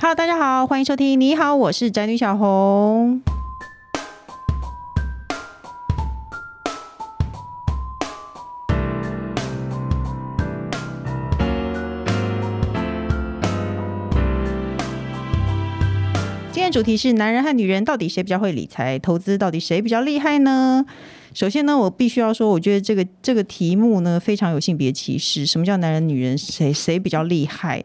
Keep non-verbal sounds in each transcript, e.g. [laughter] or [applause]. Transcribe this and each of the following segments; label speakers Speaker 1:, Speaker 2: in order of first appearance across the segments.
Speaker 1: Hello，大家好，欢迎收听。你好，我是宅女小红。今天主题是男人和女人到底谁比较会理财投资，到底谁比较厉害呢？首先呢，我必须要说，我觉得这个这个题目呢非常有性别歧视。什么叫男人女人谁谁比较厉害？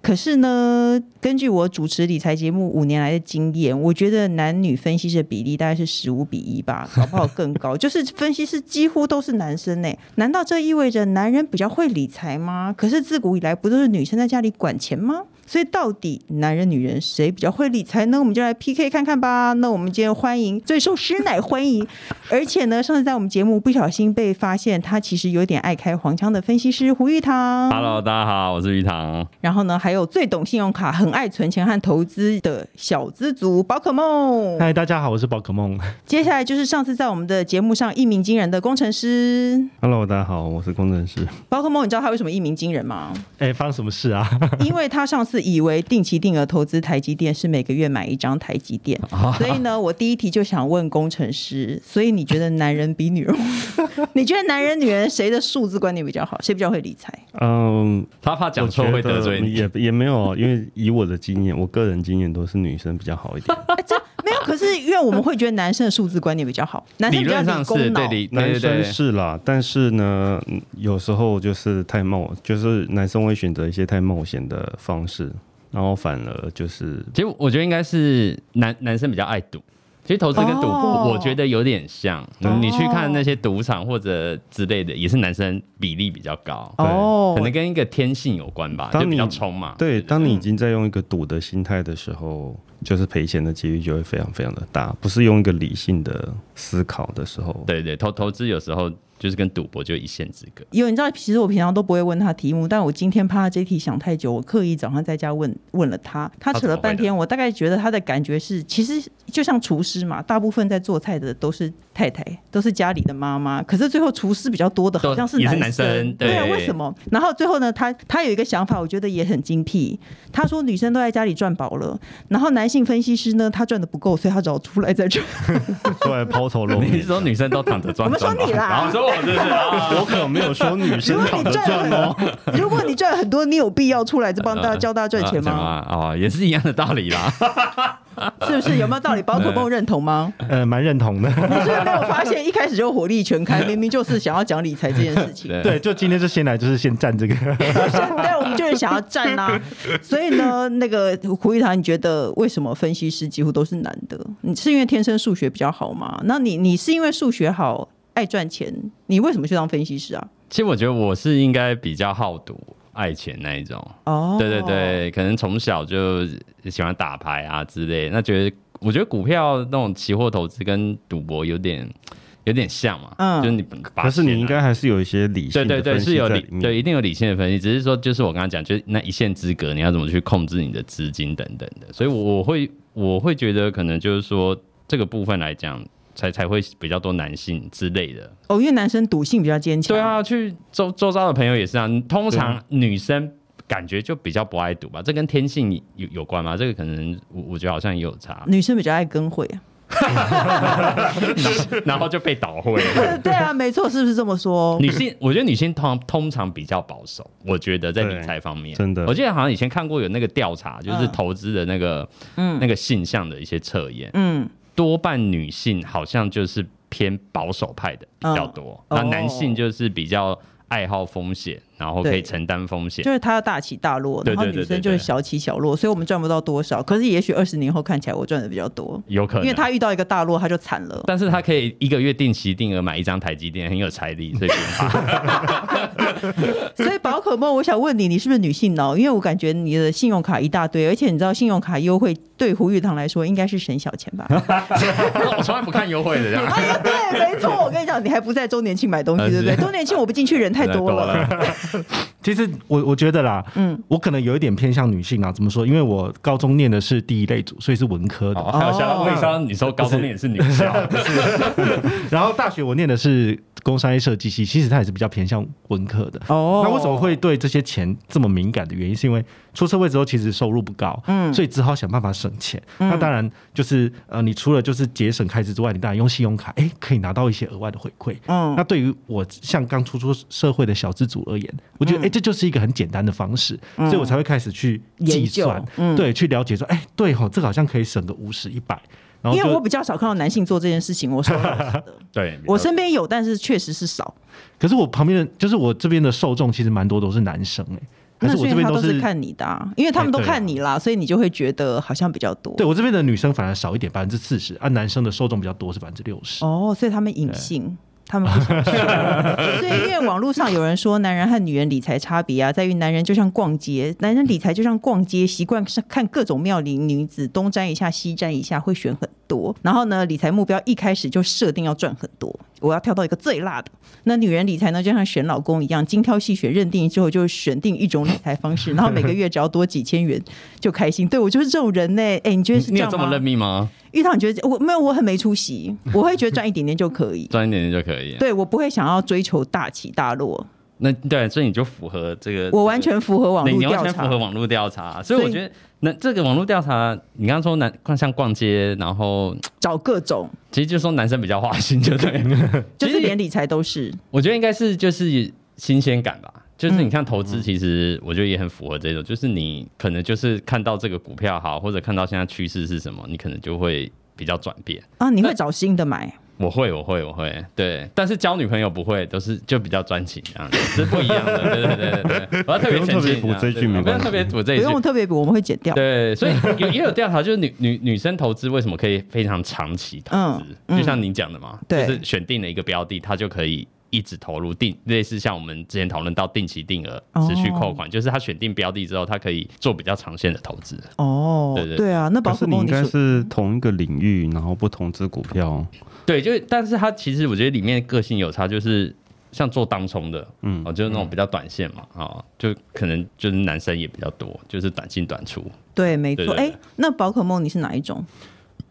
Speaker 1: 可是呢，根据我主持理财节目五年来的经验，我觉得男女分析师的比例大概是十五比一吧，搞不好更高。就是分析师几乎都是男生呢、难道这意味着男人比较会理财吗？可是自古以来不都是女生在家里管钱吗？所以到底男人女人谁比较会理财呢？我们就来 PK 看看吧。那我们今天欢迎最受师奶欢迎，而且呢，上次在我们节目不小心被发现他其实有点爱开黄腔的分析师胡玉堂。
Speaker 2: Hello，大家好，我是鱼塘。
Speaker 1: 然后呢，还有最懂信用卡、很爱存钱和投资的小资族宝可梦。
Speaker 3: 嗨，大家好，我是宝可梦。
Speaker 1: 接下来就是上次在我们的节目上一鸣惊人的工程师
Speaker 3: Hello，大家好，我是工程师。
Speaker 1: 宝可梦，你知道他为什么一鸣惊人
Speaker 2: [laughs]
Speaker 1: 吗？
Speaker 3: 哎、发生什么事啊？
Speaker 1: 因为他上次以为定期定额投资台积电是每个月买一张台积电，
Speaker 2: 啊
Speaker 1: 所以呢，我第一题就想问工程师，所以你觉得男人比
Speaker 2: [laughs]
Speaker 1: 女人，你觉得男人女人谁的数字观念比较好，谁比较会理
Speaker 2: [laughs]
Speaker 1: 财？
Speaker 3: 嗯，
Speaker 2: 他怕讲错
Speaker 3: 我觉
Speaker 2: 会得罪你
Speaker 3: 也，也没有，啊因为以我的经验，我个人经验都是女生比较好一点，
Speaker 1: 哎这没有，可是因为我们会觉得男生的数字观念比较好，男生
Speaker 2: 理
Speaker 1: 比较
Speaker 2: 论上
Speaker 1: 理
Speaker 2: 是
Speaker 1: 工脑
Speaker 2: 对。理 [laughs] 对
Speaker 3: 男
Speaker 2: 对
Speaker 3: 生
Speaker 2: 对，
Speaker 3: 是啦。但是呢，嗯有时候就是太冒，就是男生会选择一些太冒险的方式，然后反而就是
Speaker 2: 其实我觉得应该是男男生比较爱赌。其实投资跟赌博，
Speaker 1: 哦
Speaker 2: 我觉得有点像。你去看那些赌场或者之类的，也是男生比例比较高，
Speaker 1: 哦
Speaker 2: 可，能跟一个天性有关吧，
Speaker 3: 当
Speaker 2: 就
Speaker 3: 你
Speaker 2: 比较冲嘛。
Speaker 3: 对。当你已经在用一个赌的心态的时候，就是赔钱的几率就会非常非常的大，不是用一个理性的思考的
Speaker 2: [laughs]
Speaker 3: 时候。
Speaker 2: 对对，投投资有时候就是跟赌博就一线之隔。
Speaker 1: 有，你知道，其实我平常都不会问他题目，但我今天怕他这一题想太久，我刻意早上在家问问了他，他扯了半天，我大概觉得他的感觉是，其实就像厨师嘛，大部分在做菜的都是太太，都是家里的妈妈，可是最后厨师比较多的好像是
Speaker 2: 都也
Speaker 1: 男
Speaker 2: 是
Speaker 1: 生，
Speaker 2: 男生
Speaker 1: 对啊，
Speaker 2: 对
Speaker 1: 为什么？然后最后呢，他他有一个想法，我觉得也很精辟，他说女生都在家里赚饱了，然后男性分析师呢，他赚的不够，所以他只好出来再赚。
Speaker 3: 出来抛头露
Speaker 2: 你
Speaker 3: 面
Speaker 2: 是。说女生都躺着
Speaker 1: 哦 [laughs]
Speaker 2: 赚
Speaker 1: 我们说
Speaker 2: 赚吗
Speaker 1: 你啦
Speaker 2: 然后说我是不是啊？
Speaker 3: 我可没有说女生躺着赚哦，
Speaker 1: 如果你赚很多，你有必要出来这
Speaker 2: [laughs]
Speaker 1: 帮大家
Speaker 2: 呃
Speaker 1: 教大家赚钱吗？
Speaker 2: 啊讲啊哦，也是一样的道
Speaker 1: [laughs]
Speaker 2: 理啦。
Speaker 1: 是不是有没有道理？宝可梦认同 [laughs] 吗？
Speaker 3: 呃，蛮认同的。
Speaker 1: 你是不是没有发现一开始就火力全开，明明就是想要讲理财这件事情， [laughs]
Speaker 2: 对
Speaker 3: 对，就今天就先来，就是先站这个。
Speaker 1: 但我们就是想要站啦、所以呢，那个胡玉堂，你觉得为什么分析师几乎都是男的？你是因为天生数学比较好吗？那你你是因为数学好爱赚钱，你为什么去当分析师啊？
Speaker 2: 其实我觉得我是应该比较好赌、爱钱那一种。
Speaker 1: 哦，
Speaker 2: 对对，对，可能从小就喜欢打牌啊之类。那觉得我觉得股票那种期货投资跟赌博有点有点像嘛，
Speaker 1: 嗯
Speaker 2: 就是你把
Speaker 3: 可是
Speaker 2: 钱
Speaker 3: 你
Speaker 2: 拿
Speaker 3: 应该还是有一些理
Speaker 2: 对
Speaker 3: 性
Speaker 2: 对
Speaker 3: 的
Speaker 2: 对，
Speaker 3: 分
Speaker 2: 是
Speaker 3: 析
Speaker 2: 有
Speaker 3: 在
Speaker 2: 理
Speaker 3: 里面。
Speaker 2: 对一定有理性的分析，只是说就是我刚刚讲，就是那一线之隔，你要怎么去控制你的资金等等的，所以我我会我会觉得可能就是说这个部分来讲，才才会比较多男性之类的。
Speaker 1: 哦，因为男生赌性比较坚强，，
Speaker 2: 对，啊，去周周遭的朋友也是啊，通常女生。感觉就比较不爱赌吧，这跟天性有有关吗？这个可能我我觉得好像也有差
Speaker 1: [laughs] 女生比较爱跟会啊。
Speaker 2: 然后就被倒会。
Speaker 1: 对啊，没错，是不是这么说？
Speaker 2: 女性，我觉得女性通通常比较保守，我觉得在理财方面，
Speaker 3: 真的
Speaker 2: 我记得好像以前看过有那个调查，就是
Speaker 1: 嗯
Speaker 2: 投资的那个、
Speaker 1: 嗯
Speaker 2: 那个性向的一些测验，
Speaker 1: 嗯，
Speaker 2: 多半女性好像就是偏保守派的比较多，
Speaker 1: 嗯
Speaker 2: 那、
Speaker 1: 哦
Speaker 2: 男性就是比较爱好风险，然后可以
Speaker 1: 对
Speaker 2: 承担风险
Speaker 1: 就。是他要大起大落，
Speaker 2: 对
Speaker 1: 然后
Speaker 2: 对
Speaker 1: 女
Speaker 2: 对
Speaker 1: 生
Speaker 2: 对
Speaker 1: 就是
Speaker 2: 对
Speaker 1: 小起小落，所以我们赚不到多少。可是也许二十年后看起来我赚的比较多，
Speaker 2: 有
Speaker 4: 啊
Speaker 2: 可能，
Speaker 1: 因为他遇到一个大落他就惨了。
Speaker 2: 但是他可以一个月定期定额买一张台积电，很有财力， [laughs] 所以不用怕。
Speaker 1: 所以
Speaker 4: [laughs]
Speaker 1: 宝可梦，我想问你，你是不是女性脑？因为我感觉你的信用卡一大堆，而且你知道信用卡优惠对胡玉堂来说应该是省小钱
Speaker 4: [laughs]
Speaker 1: 吧？
Speaker 2: 我从来不看优惠的，这 [laughs] 样
Speaker 1: 哎呀，对，没错，我跟你讲，你还不在周年庆买东西，
Speaker 2: 呃
Speaker 1: 对不对？
Speaker 2: 是
Speaker 1: 周年庆我不进去，人太多
Speaker 4: [laughs]
Speaker 1: 了。
Speaker 4: 其实我我觉得啦，
Speaker 1: 嗯
Speaker 4: 嗯，我可能有一点偏向女性啊。怎么说？因为我高中念的是第一类组，所以是文科的。
Speaker 2: 哦，还有像
Speaker 1: 哦 [laughs]
Speaker 2: [laughs] 魏商，你说高中念也是女校，
Speaker 4: 然后大学我念的是工商业设计系，其实它也是比较偏向文科的。
Speaker 1: 哦，
Speaker 4: 那为什么会对这些钱这么敏感的原因，是因为出社会之后其实收入不高，嗯，所以只好想办法省钱。
Speaker 1: 嗯
Speaker 4: 那当然就是呃，你除了就是节省开支之外，你当然用信用卡，哎、可以拿到一些额外的回馈。
Speaker 1: 嗯
Speaker 4: 那对于我像刚出出社会的小资族而言，
Speaker 1: 嗯
Speaker 4: 我觉得哎、这就是一个很简单的方式，所以我才会开始去计
Speaker 1: 研究嗯
Speaker 4: 算，对，去了解说，哎、对吼，这个好像可以省个五十一百。然后
Speaker 1: 因为
Speaker 4: 就
Speaker 1: 我比较少看到男性做这件事情，我说老
Speaker 4: [laughs]
Speaker 1: 实的
Speaker 2: 对，
Speaker 1: 我身边有，但是确实是少。
Speaker 4: 可是我旁边的，就是我这边的受众其实蛮多都是男生哎、还
Speaker 1: 那
Speaker 4: 是我
Speaker 1: 所以
Speaker 4: 这边
Speaker 1: 他
Speaker 4: 都
Speaker 1: 是
Speaker 4: 是
Speaker 1: 看你的、啊，因为他们
Speaker 4: 哎
Speaker 1: 都
Speaker 4: 对啊
Speaker 1: 看你啦，所以你就会觉得好像比较多。
Speaker 4: 对我这边的女生反而少一点，百分之四十，啊按男生的受众比较多是百分之六十。
Speaker 1: 哦，所以他们隐性。他们不
Speaker 2: [laughs]
Speaker 1: 想说，所以因为网络上有人说，男人和女人理财差别啊，在于男人就像逛街，男人理财就像逛街，习惯是看各种妙龄女子，东沾一下西沾一下，会选很多。然后呢，理财目标一开始就设定要赚很多，我要跳到一个最辣的。那女人理财呢，就像选老公一样，精挑细选，认定之后就选定一种理财方
Speaker 2: [laughs]
Speaker 1: 式，然后每个月只要多几千元就开心。对我就是这种人呢、哎、你觉得是
Speaker 2: 你
Speaker 1: 这样
Speaker 2: 有这
Speaker 1: 吗
Speaker 2: 么？认命吗？。
Speaker 1: 遇到你觉得我没有，我很没出息，我会觉得赚一点点就可以
Speaker 2: 赚一点点就可以。
Speaker 1: 对我不会想要追求大起大落，
Speaker 2: 那对，啊所以你就符合这个，
Speaker 1: 我完全符合网
Speaker 2: 对
Speaker 1: 络
Speaker 2: 你
Speaker 1: 调
Speaker 2: 完全符合
Speaker 1: 查。
Speaker 2: 网络调查。所
Speaker 1: 所
Speaker 2: 以我
Speaker 1: 以
Speaker 2: 觉得，那这个网络调查，你刚刚说男像逛街，然后
Speaker 1: 找各种，
Speaker 2: 其实就说男生比较花心，就对了。
Speaker 1: 就是
Speaker 2: 其实
Speaker 1: 连理财都是。
Speaker 2: 我觉得应该是就是新鲜感吧。就是你
Speaker 3: 嗯
Speaker 2: 看投资，其实我觉得也很符合这种，就是你可能就是看到这个股票好，或者看到现在趋势是什么，你可能就会比较转变。
Speaker 1: 啊，你会找新的买，
Speaker 2: 我会，我会，我会，对。但是交女朋友不会，都是就比较专情这样子，是不一样的。对对对对对，我要特别
Speaker 3: 不用
Speaker 2: 澄
Speaker 3: 特别
Speaker 2: 清
Speaker 3: 补
Speaker 2: 一下
Speaker 3: 这一
Speaker 2: 对
Speaker 3: 句没
Speaker 2: 我不用
Speaker 3: 关
Speaker 2: 特别补
Speaker 1: 不
Speaker 2: 这一句，
Speaker 1: 用特别补，我们会剪掉。
Speaker 2: 对，所以有也有调查，就是女 [laughs] 女女生投资为什么可以非常长期投资？
Speaker 1: 嗯
Speaker 2: 就像你讲的嘛，
Speaker 1: 对
Speaker 2: 就是选定了一个标的，她就可以一直投入定，类似像我们之前讨论到定期定额
Speaker 1: 哦
Speaker 2: 持续扣款，就是她选定标的之后，她可以做比较长线的投资。
Speaker 1: 哦，
Speaker 2: 对对
Speaker 1: 对啊，那
Speaker 3: 可
Speaker 1: 宝
Speaker 3: 是
Speaker 1: 可
Speaker 3: 你
Speaker 1: 梦
Speaker 3: 应
Speaker 1: 你
Speaker 3: 该
Speaker 1: 说
Speaker 3: 是同一个领域，然后不同只股票。
Speaker 2: 对，就是但是她其实我觉得里面个性有差，就是。像做当冲的，嗯，哦，就是那种比较短线嘛，啊、哦，就可能就是男生也比较多，就是短进短出，
Speaker 1: 对，没错。
Speaker 2: 对对
Speaker 1: 哎，那宝可梦你是哪一种？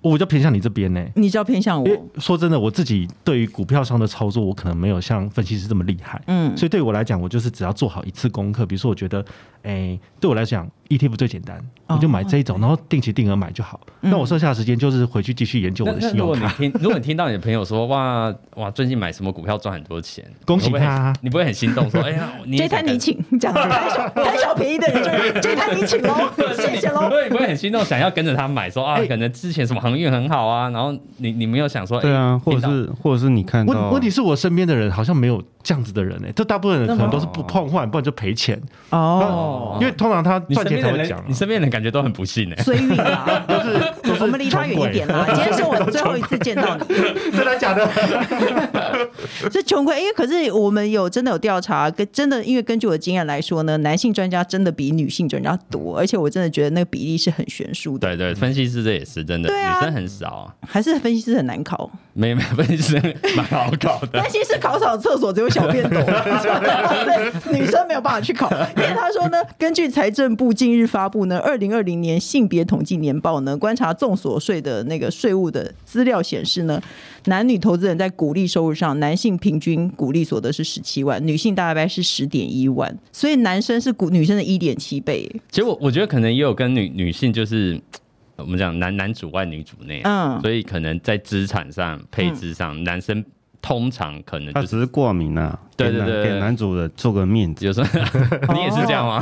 Speaker 4: 我比较偏向你这边呢、
Speaker 1: 你知道偏向
Speaker 4: 因为
Speaker 1: 我，
Speaker 4: 说真的，我自己对于股票上的操作，我可能没有像分析师这么厉害，
Speaker 1: 嗯
Speaker 4: 所以对我来讲，我就是只要做好一次功课。比如说，我觉得，哎、对我来讲，ETF 最简单，
Speaker 1: 哦
Speaker 4: 我就买这一种，然后定期定额买就好。那我剩下的时间就是回去继续研究我
Speaker 2: 那
Speaker 4: 的
Speaker 2: 那如
Speaker 4: 信用
Speaker 2: 果你
Speaker 4: 卡。
Speaker 2: 听， [laughs] 如果你听到你的朋友说哇哇，最近买什么股票赚很多钱，
Speaker 4: 恭喜
Speaker 2: 你会不会很
Speaker 4: 他啊
Speaker 2: 你不会很心
Speaker 4: [laughs]
Speaker 2: 动说，哎呀，你也
Speaker 1: 这
Speaker 2: 想
Speaker 1: 摊你
Speaker 2: 跟
Speaker 1: 请，这
Speaker 2: [laughs]
Speaker 1: 样子贪小贪小便宜的人就是这摊你请喽，谢谢喽。
Speaker 2: [laughs] 对，你不会很心动，想要跟着他买，说啊，
Speaker 4: 哎
Speaker 2: 可能之前什么航运很好啊，然后你你没有想说，
Speaker 3: 对啊，
Speaker 2: 哎
Speaker 3: 或者是或者是你看到
Speaker 4: 问问题是我身边的人好像没有这样子的人呢、欸这大部分人可能都是不碰换，不然就赔钱。
Speaker 1: 哦，
Speaker 4: 因为通常他
Speaker 2: 你身
Speaker 4: 赚钱
Speaker 2: 边
Speaker 4: 才
Speaker 2: 的
Speaker 4: 会
Speaker 2: 人
Speaker 4: 讲，啊
Speaker 2: 你。身边的人感觉都很不幸哎，
Speaker 1: 衰运
Speaker 2: [laughs]
Speaker 1: 啊，我们离他
Speaker 4: 穷
Speaker 1: 远一
Speaker 4: 鬼
Speaker 1: 点啦。今天是我最后一次见到你，
Speaker 4: 真的假
Speaker 2: [laughs]
Speaker 4: 的？
Speaker 1: 是穷鬼，因为可是我们有真的有调查，跟真的，因为根据我的经验来说呢，男性专家真的比女性专家多，而且我真的觉得那个比例是很悬殊的，
Speaker 2: 对对，分析师这也是真的，
Speaker 1: 对啊
Speaker 2: 女生很少啊，
Speaker 1: 还是分析师很难考，
Speaker 2: 没没分析师蛮好搞的。
Speaker 1: 分析师考场厕所只有小便
Speaker 2: [laughs]
Speaker 1: 斗，所以女生没有办法去考。因为他说呢，根据财政部近日发布呢二零二零年性别统计年报呢，观察综所税的那个税务的资料显示呢，男女投资人在股利收入上，男性平均股利所得是十七万，女性大概是十点一万，所以男生是股女生的一点七倍。
Speaker 2: 其实我我觉得可能也有跟女女性就是。呃我们讲男男主外女主内，啊
Speaker 1: 嗯
Speaker 2: 所以可能在资产上、配置上，男生通常可能
Speaker 3: 他
Speaker 2: 就
Speaker 3: 只
Speaker 2: 是
Speaker 3: 是挂名啊，
Speaker 2: 对
Speaker 3: 给
Speaker 2: 对
Speaker 3: 男
Speaker 2: 对对
Speaker 3: 给男主人做个面子，
Speaker 2: 有时候你也是 [laughs] 这样吗？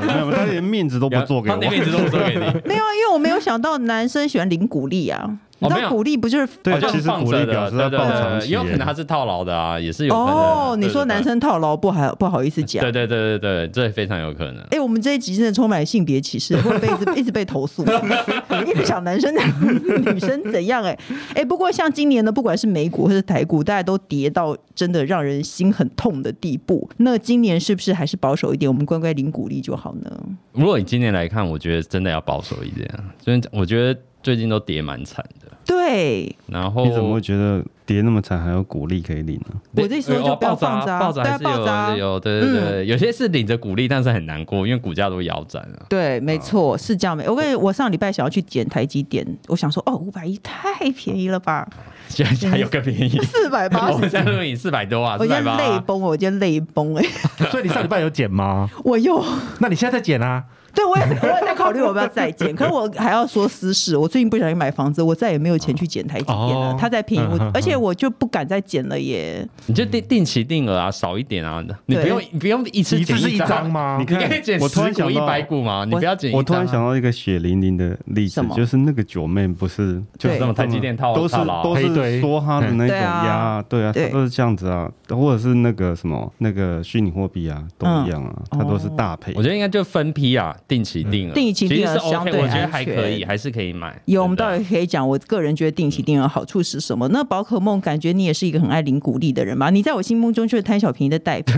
Speaker 3: 没有，他连面子都不做给
Speaker 2: 他连面
Speaker 3: 哦我。
Speaker 2: 子都不做给你，
Speaker 1: 没有，啊因为我没有想到男生喜欢领股利啊，你知
Speaker 2: 哦没
Speaker 1: 道
Speaker 2: 有
Speaker 1: 股利不就是
Speaker 3: 对
Speaker 2: 哦就是
Speaker 3: 其实
Speaker 2: 放
Speaker 3: 鼓励
Speaker 2: 着的
Speaker 3: 表示他
Speaker 2: 对对
Speaker 3: 抱
Speaker 2: 对
Speaker 3: 长期
Speaker 2: 也有可
Speaker 3: 耶
Speaker 2: 能他是套牢的啊，也是有可能的
Speaker 1: 哦，
Speaker 2: 对
Speaker 1: 你
Speaker 2: 对
Speaker 1: 说
Speaker 2: 对
Speaker 1: 男生套牢不还不好意思讲
Speaker 2: 对？对对对对，这非常有可能。
Speaker 1: 哎、我们这一集真的充满性别歧视，会被一直一直被投诉， [laughs] 一直想男生讲女生怎样、哎哎、不过像今年呢，不管是美股或是台股，大家都跌到真的让人心很痛的地步。那今年是不是还是保守一点，我们乖乖领股利就好呢？
Speaker 2: 如果你今年来看，我觉得真的要保守一点啊，真的我觉得最近都跌蛮惨的。
Speaker 1: 对，
Speaker 2: 然后
Speaker 3: 你怎么会觉得跌那么惨还有鼓励可以领呢？
Speaker 1: 我的意思说
Speaker 2: 哦
Speaker 1: 就不要
Speaker 2: 暴
Speaker 1: 放
Speaker 2: 砸，
Speaker 1: 渣
Speaker 2: 暴砸
Speaker 1: 对啊嗯
Speaker 2: 还是有
Speaker 1: 暴砸
Speaker 2: 还是有，对对对对，有些是领着鼓励，但是很难过，因为股价都腰斩了。
Speaker 1: 对，没错，
Speaker 2: [laughs]
Speaker 1: 是这样没。我跟你我上礼拜想要去捡台积电，我想说，哦，五百一太便宜了吧？，
Speaker 2: 现在还有更便宜
Speaker 1: 四 [laughs] 百八
Speaker 2: 我
Speaker 1: 十
Speaker 2: 们。现在录影四百多啊，
Speaker 1: 我
Speaker 2: 哦
Speaker 1: 今
Speaker 2: 四百
Speaker 1: 天
Speaker 2: 八。
Speaker 1: 泪崩，我今天泪崩哎、
Speaker 4: 所以你上礼拜有剪吗？
Speaker 1: 我又
Speaker 4: 那你现在在剪啊？
Speaker 1: 对我也是，我也在考虑我要不要再减，可是我还要说私事，我最近不小心买房子，我再也没有钱去减台积电了，
Speaker 4: 哦
Speaker 1: 它在便宜，我
Speaker 4: 嗯嗯嗯
Speaker 1: 而且我就不敢再减了耶。
Speaker 2: 你就定定期定额啊，少一点啊，你
Speaker 1: 对
Speaker 2: 不用你不用一次
Speaker 4: 一次
Speaker 2: 剪
Speaker 4: 是一张
Speaker 2: 张？啊
Speaker 4: 吗？
Speaker 3: 你
Speaker 2: 你
Speaker 3: 看
Speaker 2: 可以减
Speaker 3: 我
Speaker 2: 十
Speaker 3: 突然
Speaker 2: 股
Speaker 3: 想
Speaker 2: 一
Speaker 3: 到
Speaker 2: 百股嘛，你
Speaker 1: 我
Speaker 2: 不要减一张啊。
Speaker 3: 我突然想到一个血淋淋的例子
Speaker 1: 什么，
Speaker 3: 就是那个九妹不是就
Speaker 1: 对
Speaker 3: 是
Speaker 1: 那
Speaker 2: 种台积电套
Speaker 3: 都是
Speaker 2: 套啊牢
Speaker 3: 都
Speaker 4: 黑
Speaker 3: 是
Speaker 4: 队
Speaker 3: 说他的
Speaker 1: 嗯
Speaker 3: 那种
Speaker 1: 对啊
Speaker 3: 压，对啊，
Speaker 1: 对
Speaker 3: 他都是这样子啊，或者是那个什么那个虚拟货币啊，都一样啊，
Speaker 1: 嗯
Speaker 3: 它都是大赔
Speaker 2: 我。觉得应该就分批啊，定期定额，
Speaker 1: 定期定额
Speaker 2: 其实是
Speaker 1: 相
Speaker 2: OK，
Speaker 1: 对
Speaker 2: 我觉得
Speaker 1: 安
Speaker 2: 还
Speaker 1: 全
Speaker 2: 可以，还是可以买。
Speaker 1: 有，我们
Speaker 2: 对不
Speaker 1: 到
Speaker 2: 对
Speaker 1: 底可以讲，我个人觉得定期定额好处是什么？那宝可梦感觉你也是一个很爱领股利的人吧？你在我心目中就是贪小便宜的代
Speaker 4: [laughs]
Speaker 1: 表，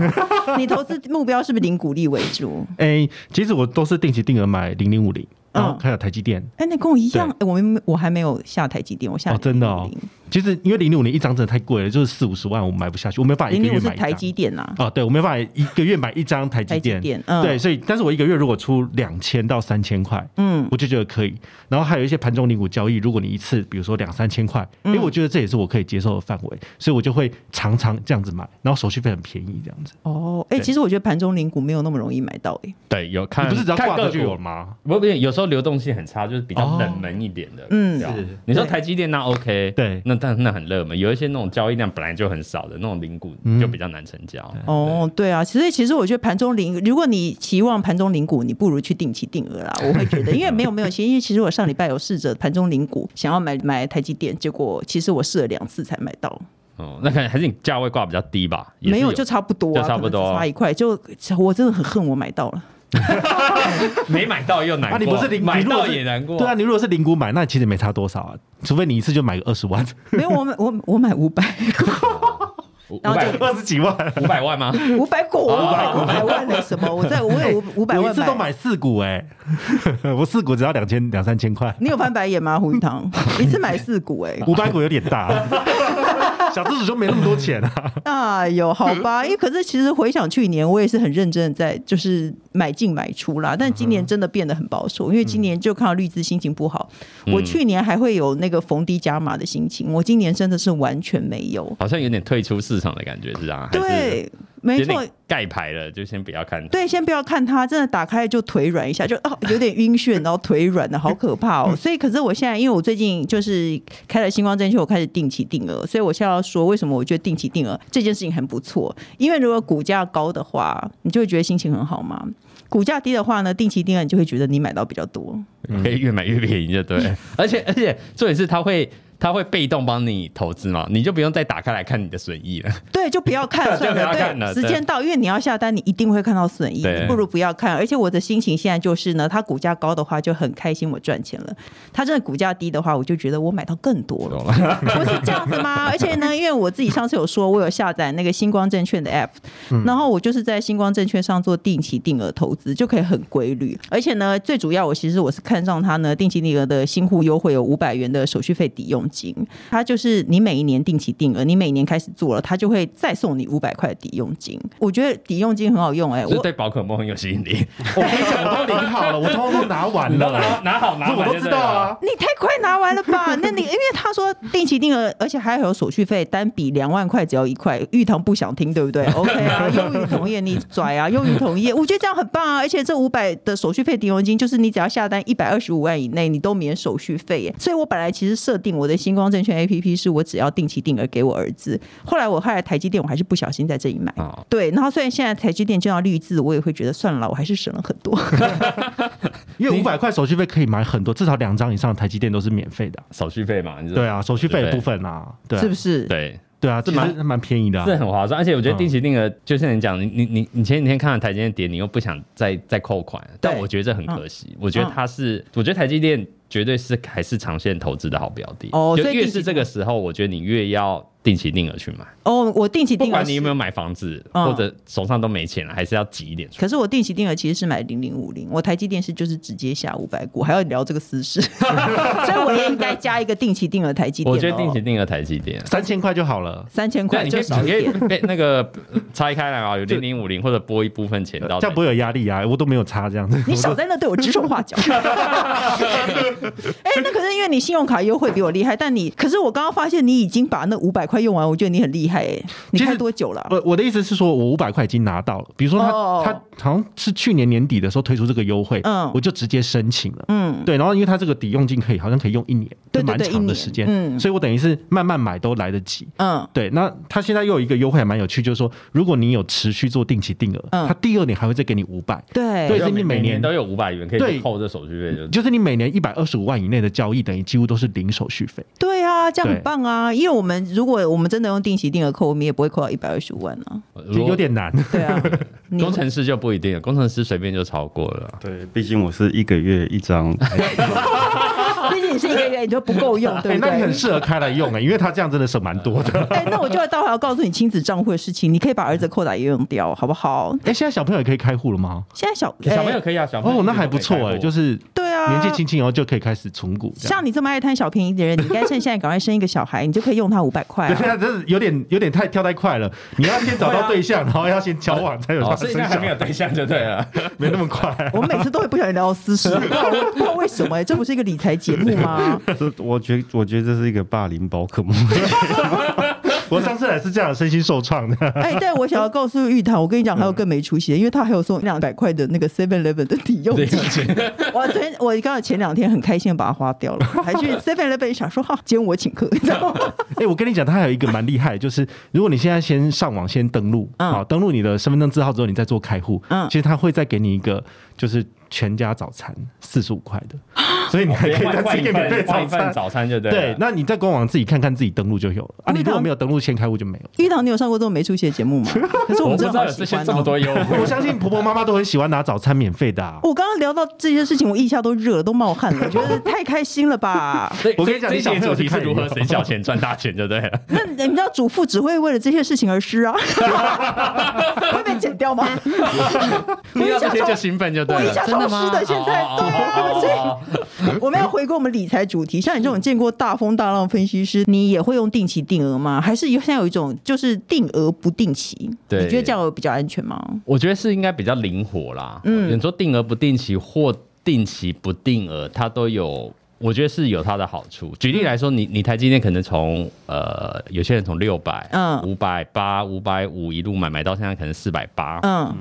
Speaker 1: 你投资目标是不是领股利为主？
Speaker 4: 哎、其实我都是定期定额买零零五零，
Speaker 2: 嗯
Speaker 4: 然后还有台积电。
Speaker 1: 哎、那跟我一样，
Speaker 4: 对
Speaker 1: 哎、我们我还没有下台积电，我下
Speaker 4: 哦，真的哦
Speaker 1: 0050。
Speaker 4: 其实因为零零五零一张真的太贵了，就是四五十万，我买不下去，我没有办法一
Speaker 1: 零
Speaker 4: 个
Speaker 1: 零
Speaker 4: 月
Speaker 1: 五是
Speaker 4: 买一张
Speaker 1: 台。积电啦，
Speaker 4: 哦，对，我没有办法一个月买一张台积
Speaker 1: 台
Speaker 4: 电
Speaker 1: 积。电嗯
Speaker 4: 对，所以但是我一个月如果出两千到三千块，
Speaker 1: 嗯，
Speaker 4: 我就觉得可以。然后还有一些盘中零股交易，如果你一次比如说两三千块，因为我觉得这也是我可以接受的范围，所以我就会常常这样子买，然后手续费很便宜这样子。
Speaker 1: 哦，哎、
Speaker 4: 对
Speaker 1: 其实我觉得盘中零股没有那么容易买到、哎，
Speaker 2: 对有看，
Speaker 4: 你不是只要
Speaker 2: 看
Speaker 4: 挂
Speaker 2: 个
Speaker 4: 着就
Speaker 2: 股
Speaker 4: 有吗？
Speaker 2: 不不，有时候流动性很差，就是比较
Speaker 3: 哦
Speaker 2: 冷门一点的。
Speaker 1: 嗯
Speaker 2: 对啊
Speaker 4: 是
Speaker 2: 你说
Speaker 1: 对
Speaker 2: 台积电那 OK，
Speaker 4: 对
Speaker 2: 那但那很热门，有一些那种交易量本来就很少的那种零股
Speaker 3: 嗯
Speaker 2: 就比较难成交。
Speaker 1: 哦，对啊，其实其实我觉得盘中零，如果你期望盘中零股，你不如去定期定额啦。我会觉得，因为没有没有，其实因为其实我上礼拜有试着盘中零股想要买买台积电，结果其实我试了两次才买到，
Speaker 2: 哦，那可能还是你价位挂比较低吧？也是
Speaker 1: 没
Speaker 2: 有
Speaker 1: 有就差不多、啊，
Speaker 2: 就差不多
Speaker 1: 可能只差一块，就我真的很恨我买到了。
Speaker 2: 没买到又难
Speaker 4: 啊，
Speaker 2: 过，
Speaker 4: 你不是零，
Speaker 2: 买
Speaker 4: 你如果
Speaker 2: 到
Speaker 4: 是
Speaker 2: 也难过。
Speaker 4: 对啊，你如果是零股买，那其实没差多少啊，除非你一次就买个二十 [laughs] 万，
Speaker 1: 没有，我买我我买五百
Speaker 2: 五，五
Speaker 1: 然后
Speaker 2: 百
Speaker 1: 就
Speaker 4: 二十几万，
Speaker 2: [laughs] 五百万吗？
Speaker 1: 五百股，五百股五百万了什么？我在我有五五百
Speaker 4: 我
Speaker 1: 万
Speaker 4: 哎一次都买四股哎、 [laughs] 我四股只要两千两三千块，
Speaker 1: 你有翻白眼吗？胡玉堂一次买四股哎、
Speaker 4: 五百股有点大， [laughs] 小资主就没那么多钱啊。
Speaker 1: 啊，有好
Speaker 2: 嗯
Speaker 1: 吧？因为可是其实回想去年，我也是很认真的在就是买进买出啦，但今
Speaker 2: 嗯
Speaker 1: 年真的变得很保守，因为今年就看到绿资心情不好，
Speaker 2: 嗯
Speaker 1: 我去年还会有那个逢低加码的心情，我今年真的是完全没有。
Speaker 2: 好像有点退出市场的感觉，是啊？还是
Speaker 1: 对，没
Speaker 2: 有
Speaker 1: 错
Speaker 2: 点，盖牌了，就先不要看它。
Speaker 1: 对，先不要看它，真的打开就腿软一下，就哦有点晕眩，然后腿软的好可怕哦。所以，可是我现在因为我最近就是开了星光证券，我开始定期定额，所以我现在要说为什么我觉得定期定额这件事情很不错，因为如果股价高的话，你就会觉得心情很好嘛。股价低的话呢，定期定额你就会觉得你买到比较多，
Speaker 4: 嗯
Speaker 2: 可以越买越便宜，就
Speaker 4: [laughs]
Speaker 2: 对。而且而且重点是它会它会被动帮你投资嘛，你就不用再打开来看你的损益了。
Speaker 1: [laughs] 对，就不要看
Speaker 2: [laughs] 就
Speaker 1: 算
Speaker 2: 不要
Speaker 1: 了，
Speaker 2: 看了
Speaker 1: 对，时
Speaker 2: 对
Speaker 1: 间到，因为你要下单，你一定会看到损益，
Speaker 2: 对
Speaker 1: 你不如不要看。而且我的心情现在就是呢，它股价高的话就很开心，我赚钱了；它真的股价低的话，我就觉得我买到更多了。 [laughs] 不是这样子吗？而且呢，因为我自己上次有说，我有下载那个星光证券的 app，、然后我就是在星光证券上做定期定额投资，就可以很规律。而且呢，最主要我其实我是看上它呢，定期定额的新户优惠有五百元的手续费抵用金，它就是你每一年定期定额，你每年开始做了，它就会再送你五百块的抵用金。我觉得抵用金很好用哎、
Speaker 2: 所以
Speaker 1: 我
Speaker 2: 对宝可梦很有吸引力。
Speaker 4: 我跟你讲，我都领好了，我通通都拿完
Speaker 2: 你都
Speaker 4: 了， [laughs]
Speaker 2: 拿拿好拿满
Speaker 4: 这我都
Speaker 2: 就
Speaker 4: 知
Speaker 2: 对
Speaker 4: 道
Speaker 2: 了。
Speaker 4: 啊。
Speaker 1: 你太快拿完了
Speaker 2: [laughs]
Speaker 1: 吧？那你因为他说定期定额，而且还有手续费，单笔两万块只要一块。玉堂不想听，对
Speaker 2: [laughs]
Speaker 1: 不对？OK 啊，优于同业你拽啊，优于同业，我觉得这样很棒啊！而且这五百的手续费抵佣金，就是你只要下单一百二十五万以内，你都免手续费耶。所以我本来其实设定我的星光证券 APP 是我只要定期定额给我儿子，后来我后来台积电我还是不小心在这里买。
Speaker 2: 哦
Speaker 1: 对，然后虽然现在台积电见到绿字，我也会觉得算了，我还是省了很多。
Speaker 4: 因为五百块手续费可以买很多，至少两张以上的台积电都是免费的啊。
Speaker 2: 手续费嘛，你知道
Speaker 4: 对啊，手续费的部分啊，对啊
Speaker 1: 是不是？
Speaker 2: 对，
Speaker 4: 对啊，
Speaker 2: 这
Speaker 4: 这
Speaker 2: 蛮
Speaker 4: 蛮蛮便宜的啊。
Speaker 2: 这很划算。而且我觉得
Speaker 1: 嗯
Speaker 2: 定期定额，就像你讲，你你你你前几天看了台积电跌，你又不想再再扣款，但我觉得这很可惜。
Speaker 1: 嗯
Speaker 2: 我觉得它是，我觉得台积电绝对是还是长线投资的好标的。
Speaker 1: 哦
Speaker 2: 就
Speaker 1: 所以
Speaker 2: 越
Speaker 1: 定期
Speaker 2: 是这个时候，我觉得你越要定期定额去买，
Speaker 1: 哦，我定期
Speaker 2: 不
Speaker 1: 定额
Speaker 2: 管你
Speaker 1: 是
Speaker 2: 有没有买房子，
Speaker 1: 嗯
Speaker 2: 或者手上都没钱了，还是要挤一点出来。
Speaker 1: 可是我定期定额其实是买零零五零，我台积电是就是直接下五百股，还要聊这个私
Speaker 2: [laughs]
Speaker 1: 事，所以我也应该加一个定期定额台积电、哦。
Speaker 2: 我觉得定期定额台积电。
Speaker 4: 三千块就好了。
Speaker 1: 三千
Speaker 2: 对，
Speaker 1: 块
Speaker 2: 你可
Speaker 1: 就
Speaker 2: 以
Speaker 1: 少一
Speaker 2: 你
Speaker 1: 点，哦
Speaker 2: 可以被那个
Speaker 1: [laughs]
Speaker 2: 呃拆开来啊，有零零五零或者拨一部分钱到
Speaker 4: 这样不会有压力啊！我都没有差这样子，
Speaker 1: 你少在那对我指手
Speaker 2: [laughs]
Speaker 1: 画脚。哎、那可是因为你信用卡优惠比我厉害，但你可是我刚刚发现你已经把那五百块用完，我觉得你很厉害哎、你
Speaker 4: 其实
Speaker 1: 开多久了啊、
Speaker 4: [laughs] 我我的意思是说，我五百块已经拿到了。比如说他、
Speaker 1: 哦
Speaker 4: 他好像是去年年底的时候推出这个优惠，
Speaker 1: 嗯
Speaker 4: 我就直接申请了。
Speaker 1: 嗯，
Speaker 4: 对，然后因为它这个抵用金可以，好像可以用一年，
Speaker 1: 对对
Speaker 4: 蛮
Speaker 1: 对一
Speaker 4: 长的
Speaker 1: 年
Speaker 4: 时间，
Speaker 1: 嗯
Speaker 4: 所以我等于是慢慢买都来得及。
Speaker 1: 嗯，
Speaker 4: 对，那它现在又有一个优惠，还蛮有趣，就是说，如果你有持续做定期定额，
Speaker 1: 嗯
Speaker 4: 它第二年还会再给你五百，
Speaker 1: 对
Speaker 4: 对
Speaker 2: 就是
Speaker 4: 你每
Speaker 2: 每
Speaker 4: 年
Speaker 2: 都有五百元可以
Speaker 4: 对
Speaker 2: 去扣这手续费，就是
Speaker 4: 就是你每年一百二十五万以内的交易，等于几乎都是零手续费。
Speaker 1: 对啊，这样很
Speaker 4: 对
Speaker 1: 棒啊！因为我们如果我们真的用定期定额扣，我们也不会扣到一百二十五万啊。
Speaker 4: 就有。点难，
Speaker 1: 对
Speaker 4: [laughs]
Speaker 1: 啊，你
Speaker 2: 工程师就不一定了，工程师随便就超过了。
Speaker 3: 对，毕竟我是一个月一张，
Speaker 1: 毕竟你是一个月，你就不够
Speaker 4: [laughs]
Speaker 1: 用，对
Speaker 4: 哎
Speaker 1: 不
Speaker 4: 那你很
Speaker 1: 对？
Speaker 4: 适合开来用哎、因为它这样真的省蛮多的。
Speaker 2: [laughs]
Speaker 1: 哎、那我就到会儿要告诉你亲子账户的事情，你可以把儿子扣打也用掉，好不
Speaker 4: [laughs]
Speaker 1: 好？
Speaker 4: 哎、现在小朋友也可以开户了吗？
Speaker 1: 现在小
Speaker 2: 小朋
Speaker 1: 哎
Speaker 2: 友可以啊，小朋友
Speaker 4: 哦，那还不错哎、就是是
Speaker 1: 对啊，
Speaker 4: 年纪轻轻然后就可以开始存股这样。
Speaker 1: 像你这么爱贪小便宜的人，
Speaker 4: [laughs]
Speaker 1: 你应该趁现在赶快生一个小孩，你就可以用他五百块
Speaker 4: 对，
Speaker 1: 啊。
Speaker 4: [laughs] 现在真是有点有点太跳太快了。你要先找到对象，
Speaker 1: 啊
Speaker 4: 然后要先交往，才有办
Speaker 2: 哦，
Speaker 4: 法
Speaker 2: 所以
Speaker 4: 生
Speaker 2: 现在还没有
Speaker 4: 小，
Speaker 2: 对象就对了。
Speaker 4: 没那么快。
Speaker 1: 我们每次都会不小心聊到私
Speaker 4: [laughs]
Speaker 1: 事，不知道不知道为什么、这不是一个理财节目吗？
Speaker 3: 这我觉我觉得这是一个霸凌宝
Speaker 2: [laughs]
Speaker 3: 可梦。
Speaker 4: 我上次来是这样，身心受创的。
Speaker 1: 哎、但我想要告诉玉堂，我跟你讲，还有更没出息的，因为他还有送两百块的那个 Seven Eleven 的抵用金。 [laughs] 我昨天我刚好前两天很开心地把它花掉了，还 [laughs] 去 Seven Eleven 想说哈，今天我请客，你知道 [laughs] 吗？
Speaker 4: [laughs] 哎、我跟你讲，它还有一个蛮厉害的，就是如果你现在先上网先登录，
Speaker 1: 嗯
Speaker 4: 好，登录你的身份证字号之后，你再做开户，
Speaker 1: 嗯
Speaker 4: 其实它会再给你一个就是全家早餐四十五块
Speaker 2: [gasps]
Speaker 4: 的，所以你还可以再吃一个免费
Speaker 2: 哦换
Speaker 4: 早
Speaker 2: 一份
Speaker 4: 餐。
Speaker 2: 早餐就对啊
Speaker 4: 对
Speaker 2: 了，。
Speaker 4: 那你在官网自己看看自己登录就有了啊。你如果没有登录先开户就没
Speaker 2: [laughs]
Speaker 4: 有。
Speaker 1: 玉堂，你有上过这种没出息的节目吗？可是我
Speaker 2: 我
Speaker 1: 们
Speaker 2: 不
Speaker 1: 真的
Speaker 2: 知道
Speaker 1: 好
Speaker 2: 有
Speaker 1: 喜
Speaker 2: 这些
Speaker 1: 欢
Speaker 2: 这么
Speaker 1: 哦。
Speaker 2: 多优惠，
Speaker 4: 我相信婆婆妈妈都很喜欢拿早餐免费
Speaker 2: [laughs]
Speaker 4: 的、啊。
Speaker 1: 我刚刚聊到这些事情，我一下都热，都冒汗了， [laughs] 我觉得太开心了吧？
Speaker 2: 所以
Speaker 4: 我跟你讲
Speaker 2: 这
Speaker 4: 你小
Speaker 2: 一节
Speaker 4: 朋友
Speaker 2: 主题
Speaker 4: 去
Speaker 2: 是
Speaker 4: 看
Speaker 2: 如何
Speaker 4: 有
Speaker 2: 省小钱赚大钱就对了。
Speaker 1: 那你知道主妇只会为了这些事情而 [laughs] 失啊？会被剪 [laughs] 掉吗？我
Speaker 2: 听
Speaker 1: 一
Speaker 2: 到
Speaker 1: 下
Speaker 2: 这些就
Speaker 1: 超，
Speaker 2: 兴奋就对
Speaker 1: 我一
Speaker 2: 了，
Speaker 1: 下
Speaker 2: 真
Speaker 1: 超
Speaker 2: 的吗？
Speaker 1: 失的，现在
Speaker 2: 哦
Speaker 1: 对啊，所以。我们要回归我们理财主题。像你这种见过大风大浪分析师，你也会用定期定额吗？还是有现在有一种就是定额不定期？
Speaker 2: 对
Speaker 1: 你觉得这样有比较安全吗？
Speaker 2: 我觉得是应该比较灵活啦。
Speaker 1: 嗯
Speaker 2: 嗯，你说定额不定期或定期不定额，它都有，我觉得是有它的好处。举例来说，你你台积电可能从呃，有些人从六百、
Speaker 1: 嗯
Speaker 2: 嗯、五百八、五百五一路买买到现在可能四百八。
Speaker 1: 嗯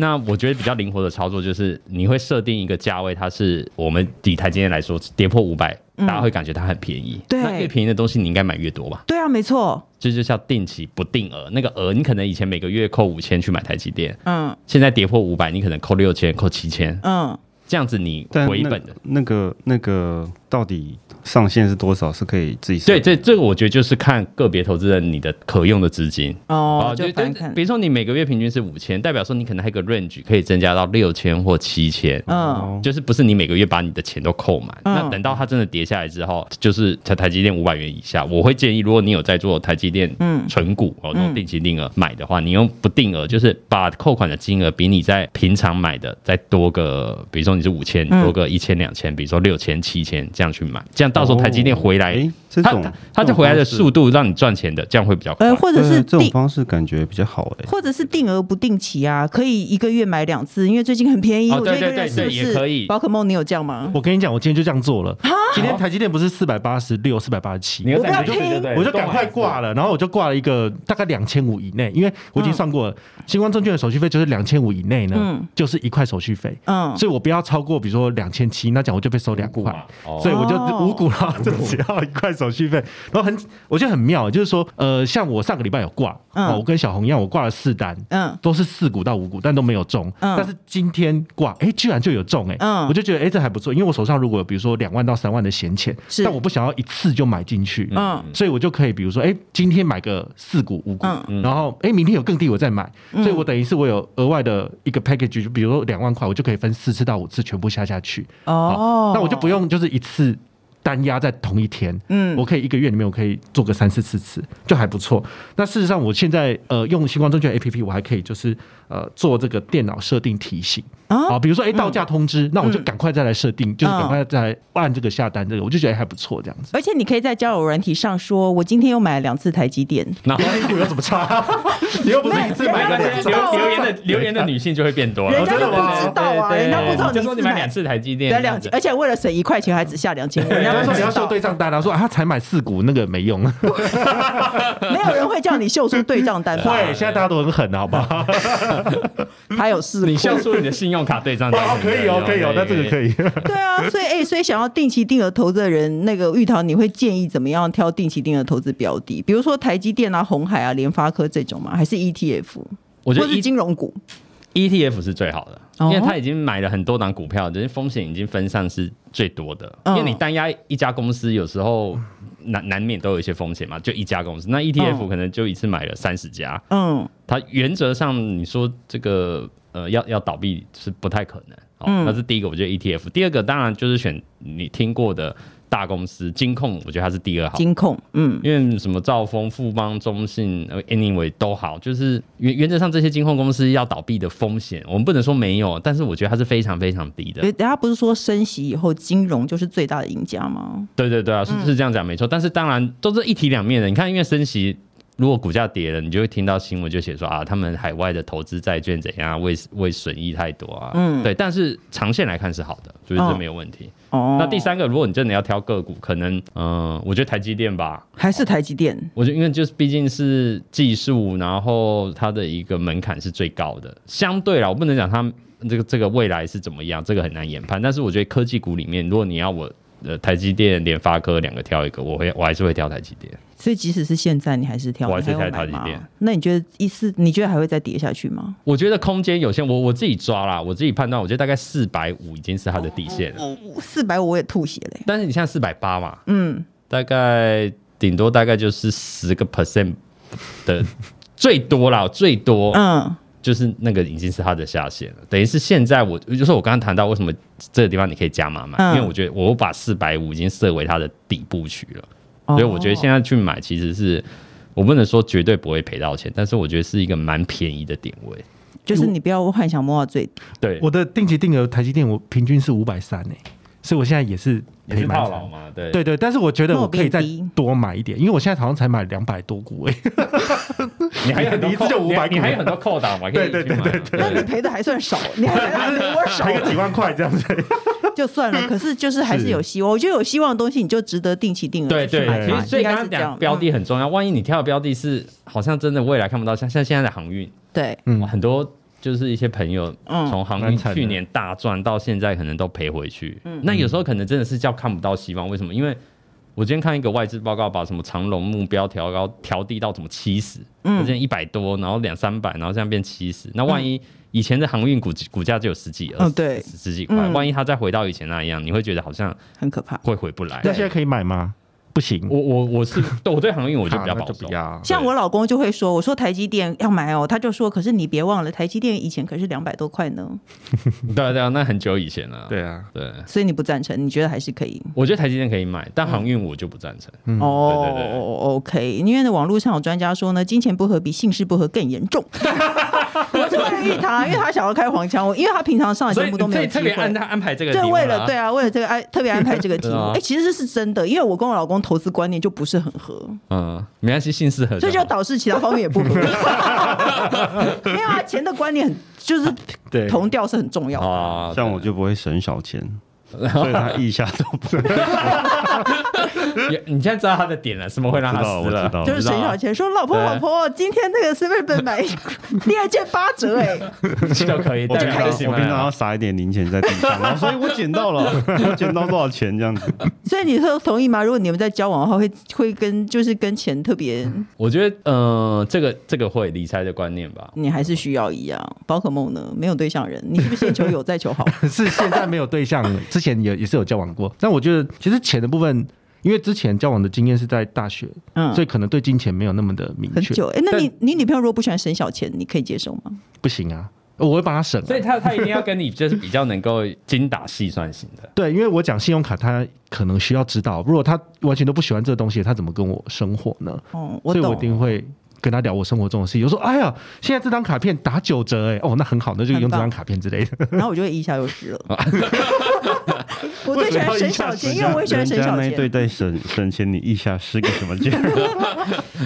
Speaker 2: 那我觉得比较灵活的操作就是，你会设定一个价位，它是我们以台积电来说，跌破五百、
Speaker 1: 嗯
Speaker 2: 大家会感觉它很便宜。
Speaker 1: 对
Speaker 2: 那越便宜的东西你应该买越多吧？
Speaker 1: 对啊，没错，
Speaker 2: 这就叫定期不定额，那个额你可能以前每个月扣五千去买台积电，
Speaker 1: 嗯
Speaker 2: 现在跌破五百，你可能扣六千、扣七千，
Speaker 1: 嗯，
Speaker 2: 这样子你
Speaker 3: 但
Speaker 2: 回
Speaker 3: 那
Speaker 2: 本的。
Speaker 3: 那个那个到底上限是多少是可以自己设
Speaker 2: 对，这这个我觉得就是看个别投资人你的可用的资金啊
Speaker 1: 哦，就
Speaker 2: 就
Speaker 1: 反看
Speaker 2: 比，如说你每个月平均是五千，代表说你可能还有一个 range 可以增加到六千或七千。
Speaker 1: 嗯
Speaker 3: 哦，
Speaker 2: 就是不是你每个月把你的钱都扣满，
Speaker 1: 嗯
Speaker 2: 那等到它真的跌下来之后，就是台台积电五百元以下，我会建议，如果你有在做台积电
Speaker 1: 嗯
Speaker 2: 存股哦，这种定期定额买的话，你用不定额，就是把扣款的金额比你在平常买的再多个，比如说你是五千，
Speaker 1: 嗯
Speaker 2: 多个一千、两千，比如说六千、七千这样去买，这样到时候台积电回来，
Speaker 3: 哦诶这
Speaker 2: 它
Speaker 3: 种
Speaker 2: 它它就回来的速度让你赚钱的，这样会比较快。
Speaker 1: 呃，或者
Speaker 3: 啊对
Speaker 1: 是
Speaker 3: 这种
Speaker 1: 定
Speaker 3: 方式感觉比较好哎、
Speaker 1: 或者是定额不定期啊，可以一个月买两次，因为最近很便宜。
Speaker 2: 哦
Speaker 1: 我觉得一
Speaker 2: 对
Speaker 1: 个月
Speaker 2: 对
Speaker 1: 是不
Speaker 2: 对也可
Speaker 1: 是
Speaker 2: 以
Speaker 1: 宝可梦？你有这样吗？
Speaker 4: 我跟你讲，我今天就这样做了。
Speaker 2: 啊
Speaker 4: 今天台积电不是四百八十六、四百八十七，
Speaker 2: 你又
Speaker 1: 我
Speaker 2: 在
Speaker 1: 不要
Speaker 2: 你就
Speaker 1: 听
Speaker 2: 对对
Speaker 4: 我就赶快挂了，然后我就挂了一个大概两千五以内，因为我已经算过了，星光证券的手续费就是两千五以内呢，
Speaker 1: 嗯
Speaker 4: 就是一块手续费，
Speaker 1: 嗯，
Speaker 4: 所以我不要超过，比如说两千七，那讲我就被收两块。
Speaker 2: 哦
Speaker 4: 所以我就
Speaker 1: 哦
Speaker 4: 五股了，就只要一块手续费，然后很我觉得很妙，就是说，呃，像我上个礼拜有挂，
Speaker 1: 嗯
Speaker 4: 哦，我跟小红一样，我挂了四单，
Speaker 1: 嗯
Speaker 4: 都是四股到五股，但都没有中。
Speaker 1: 嗯
Speaker 4: 但是今天挂，哎、居然就有中、哎、
Speaker 1: 嗯
Speaker 4: 我就觉得哎、诶这还不错，因为我手上如果有比如说两万到三万的闲钱，
Speaker 1: 是
Speaker 4: 但我不想要一次就买进去，
Speaker 1: 嗯
Speaker 4: 所以我就可以比如说，哎、今天买个四股五股，
Speaker 1: 嗯
Speaker 4: 然后哎、诶明天有更低我再买，所以我等于是我有额外的一个 package，就比如说两万块，我就可以分四次到五次全部下下去，好
Speaker 1: 哦，
Speaker 4: 那我就不用就是一次。单压在同一天，
Speaker 1: 嗯
Speaker 4: 我可以一个月里面我可以做个三四四次，就还不错。那事实上，我现在呃用星光证券 A P P，我还可以就是呃做这个电脑设定提醒
Speaker 1: 啊
Speaker 4: 啊，比如说哎到价通知，那我就
Speaker 1: 嗯
Speaker 4: 赶快再来设定，就是
Speaker 1: 嗯
Speaker 4: 赶快再来按这个下单这个，我就觉得还不错这样子。
Speaker 1: 而且你可以在交友软体上说，我今天又买了两次台积电。
Speaker 2: 然后
Speaker 4: 哎，股有什么 [laughs] 差？你又不是一次买个两
Speaker 1: 知道啊
Speaker 4: 张，
Speaker 2: 留留言的留言的女性就会变多了，
Speaker 1: 人家就不知道啊
Speaker 2: 对对对
Speaker 1: 人家不知道你
Speaker 2: 就说你
Speaker 1: 是买
Speaker 2: 买两次台积电，
Speaker 1: 对，啊两
Speaker 2: 这样子
Speaker 1: 而且为了省一块钱，还只下两千，人
Speaker 4: 人
Speaker 1: 家
Speaker 4: 家
Speaker 1: 不
Speaker 4: 说你
Speaker 1: 知
Speaker 4: 要秀
Speaker 1: 道，
Speaker 4: 对账单啊，然后说啊他才买四股，那个没用。
Speaker 1: 没有人会叫你秀出对账单吧？
Speaker 4: [laughs] 会，现在大家都很狠，好不 [laughs] 好？
Speaker 1: 他有事故
Speaker 2: 你秀出你的信用卡对账单，
Speaker 4: 哦
Speaker 2: 以。
Speaker 4: 以。
Speaker 1: 对 [laughs] 啊，所以哎、所以想要定期定额投资的人，那个玉堂你会建议怎么样挑定期定额投资标的？比如说台积电啊、红海啊、联发科这种吗？还是 ETF，
Speaker 2: 我觉
Speaker 1: 或
Speaker 2: 得
Speaker 1: 是
Speaker 2: E
Speaker 1: 金融股？
Speaker 2: ETF E 是最好的，
Speaker 1: 哦
Speaker 2: 因为他已经买了很多档股票，只是风险已经分散是最多的。
Speaker 1: 嗯
Speaker 2: 因为你单压一家公司，有时候难难免都有一些风险嘛，就一家公司。那 ETF 可能就一次买了三十家，
Speaker 1: 嗯
Speaker 2: 它原则上你说这个呃要要倒闭是不太可能。哦，
Speaker 1: 嗯
Speaker 2: 那是第一个，我觉得 ETF。第二个当然就是选你听过的大公司，金控，我觉得它是第二好。
Speaker 1: 金控，嗯
Speaker 2: 因为什么兆丰、富邦、中信呃，anyway 都好，就是原原则上这些金控公司要倒闭的风险，我们不能说没有，但是我觉得它是非常非常低的。
Speaker 1: 人家不是说升息以后金融就是最大的赢家吗？
Speaker 2: 对对对啊，是是这样讲没错，但是当然都是一体两面的。你看，因为升息。如果股价跌了，你就会听到新闻就写说啊，他们海外的投资债券怎样未未损益太多啊，嗯，对。但是长线来看是好的，所以
Speaker 1: 哦
Speaker 2: 这没有问题。
Speaker 1: 哦，
Speaker 2: 那第三个，如果你真的要挑个股，可能嗯、呃我觉得台积电吧，
Speaker 1: 还是台积电，
Speaker 2: 我觉得，因为就是毕竟是技术，然后它的一个门槛是最高的。相对啦，我不能讲它这个这个未来是怎么样，这个很难研判。但是我觉得科技股里面，如果你要我呃台积电、联发科两个挑一个，我会我还是会挑台积电。
Speaker 1: 所以即使是现在你还是挑，
Speaker 2: 我还是
Speaker 1: 你会
Speaker 2: 挑台积
Speaker 1: 买吗
Speaker 2: 电。
Speaker 1: 那你觉得一四，你觉得还会再跌下去吗？
Speaker 2: 我觉得空间有限，我我自己抓啦，我自己判断，我觉得大概四百五已经是它的底线了。
Speaker 1: 四百我也吐血嘞、
Speaker 2: 但是你现在四百八嘛，
Speaker 1: 嗯，
Speaker 2: 大概顶多大概就是十个 percent 的 [laughs] 最多啦，最多
Speaker 1: 嗯，
Speaker 2: 就是那个已经是它的下限了，等于是现在我就是我刚刚谈到为什么这个地方你可以加码买，
Speaker 1: 嗯
Speaker 2: 因为我觉得我把四百五已经设为它的底部区了，
Speaker 1: 嗯哦
Speaker 2: 所以我觉得现在去买其实是我不能说绝对不会赔到钱，但是我觉得是一个蛮便宜的点位。
Speaker 1: 就是你不要幻想摸到最 [laughs] 低，
Speaker 2: 对，
Speaker 4: [laughs] 我的定期定额台积电，我平均是五百三诶，所以我现在也是
Speaker 2: 也是
Speaker 4: 赔蛮
Speaker 2: 套
Speaker 4: 惨
Speaker 2: 牢。嘛，对
Speaker 4: 对对，但是我觉得我可以再
Speaker 1: 那我变低
Speaker 4: 多买一点，因为我现在好像才买两百多股诶。欸 [laughs]
Speaker 2: 你还有很多
Speaker 4: 你一次就
Speaker 2: 扣你还
Speaker 4: 500
Speaker 2: 你还有很多扣档嘛，可以
Speaker 4: 对对
Speaker 2: 去买
Speaker 4: 对
Speaker 2: 嘛
Speaker 1: 那你赔的还算少，你还赔的还 [laughs] 比我少，
Speaker 4: 赔个几万块这样子，
Speaker 1: 就算了。可是就是还是有希望，我觉得有希望的东西你就值得定期定额
Speaker 2: 对
Speaker 1: 去
Speaker 2: 对
Speaker 1: 买，
Speaker 2: 其
Speaker 1: 嘛
Speaker 2: 实所以
Speaker 1: 应该
Speaker 2: 刚刚
Speaker 1: 是这样
Speaker 2: 讲。标的
Speaker 1: 嗯
Speaker 2: 很重要，万一你挑的标的是好像真的未来看不到，像像现在的航运，
Speaker 1: 对，
Speaker 4: 嗯
Speaker 2: 哇很多就是一些朋友
Speaker 1: 嗯
Speaker 2: 从航
Speaker 4: 蛮
Speaker 2: 运
Speaker 4: 惨的
Speaker 2: 去年大赚到现在，可能都赔回去。
Speaker 1: 嗯
Speaker 2: 那有时候可能真的是叫看不到希望。为什么？因为我今天看一个外资报告，把什么长隆目标调高调低到什么七十，嗯，之前一百多，然后两三百，然后现在变七十。那万一以前的航运股股价就有十几、二
Speaker 1: 嗯哦
Speaker 2: 十、
Speaker 1: 对
Speaker 2: 十几块，
Speaker 1: 嗯
Speaker 2: 万一它再回到以前那样，你会觉得好像
Speaker 1: 很可怕。
Speaker 2: 会回不来。
Speaker 4: 那现在可以买吗？不行，啊
Speaker 2: 我我我是 [laughs] 对我对航运我
Speaker 4: 我
Speaker 2: 就比较
Speaker 4: [laughs]
Speaker 2: 保守。
Speaker 4: 要。
Speaker 1: 像我老公就会说：“我说台积电要买哦，他就说，可是你别忘了，台积电以前可是两百多块呢，
Speaker 2: 对啊对啊，那很久以前了。
Speaker 3: 对啊，
Speaker 2: 对，
Speaker 1: 所以你不赞成？你觉得还是可以？
Speaker 2: 我觉得台积电可以买，但航运我就不赞成。
Speaker 1: 哦
Speaker 2: 对对对
Speaker 1: ，OK，因为呢，网络上有专家说呢，金钱不和比性事不和更严重。我是为了玉堂，因为他想要开黄腔，我因为他平常上的
Speaker 2: 所
Speaker 1: 节
Speaker 2: 以
Speaker 1: 目都没有
Speaker 2: 所以
Speaker 1: 机
Speaker 2: 特
Speaker 1: 会
Speaker 2: 别。安他安排这个题
Speaker 1: 对，
Speaker 2: 目啦，
Speaker 1: 为了对啊，为了这个安特别安排这个题目，
Speaker 2: 对啊
Speaker 1: 哎、其实这是真的，因为我跟我老公投资观念就不是很合，
Speaker 2: 嗯，没关系，姓氏合，
Speaker 1: 所以就导致其他方面也不合。 [laughs] 没有啊，钱的观念很就是
Speaker 4: 对
Speaker 1: 同调是很重要的。
Speaker 2: 啊，
Speaker 3: 像我就不会省小钱，所以他一下都不知
Speaker 2: 也你现在知道他的点了，什么会让他
Speaker 3: 道，
Speaker 2: 死
Speaker 3: 我知
Speaker 2: 了？
Speaker 3: 道
Speaker 1: 就。是沈小钱说：“老婆，
Speaker 2: 啊对
Speaker 1: 老婆，今天那个 s e v 本买 [laughs] 第二件八折、哎，
Speaker 2: 就可以，
Speaker 3: 我
Speaker 2: 但
Speaker 3: 平常
Speaker 2: 开心
Speaker 3: 我平常要撒一点零钱在地上，然后所以我捡
Speaker 2: [laughs]
Speaker 3: 到了，我捡到多少钱这样子，
Speaker 1: 所以你说同意吗？如果你们在交往的话，会会跟就是跟钱特别，
Speaker 2: 我觉得，嗯，这个这个会理财的观念吧，
Speaker 1: 你还是需要一样。宝可梦呢，没有对象人，你是不是先求有再求好？
Speaker 4: 可是现在没有对象，之前也也是有交往过。但我觉得其实钱的部分，因为之前交往的经验是在大学，
Speaker 1: 嗯
Speaker 4: 所以可能对金钱没有那么的明
Speaker 1: 很
Speaker 4: 确。
Speaker 1: 久哎、那你你女朋友如果不喜欢省小钱，你可以接受吗？
Speaker 4: 不行啊，我会帮他省啊。
Speaker 2: 所以他他一定要跟你就是比较能够精打细算型的。
Speaker 4: 对，因为我讲信用卡，他可能需要知道，如果他完全都不喜欢这个东西，他怎么跟我生活呢？
Speaker 1: 哦，我
Speaker 4: 所以我
Speaker 1: 懂
Speaker 4: 一，定会跟他聊我生活中的事情。我说：“哎呀，现在这张卡片打九折、哎，哦，那很好，那就用这张卡片之
Speaker 1: [laughs]
Speaker 4: 类的。
Speaker 1: 然后我就会一下又湿了。 [laughs] 我最喜欢省小钱，因为我也喜欢
Speaker 3: 人
Speaker 1: 省
Speaker 3: 家
Speaker 1: 小
Speaker 3: 那一
Speaker 1: 钱。
Speaker 3: 对在省省钱，你一下是个什么
Speaker 1: [laughs]
Speaker 3: 劲？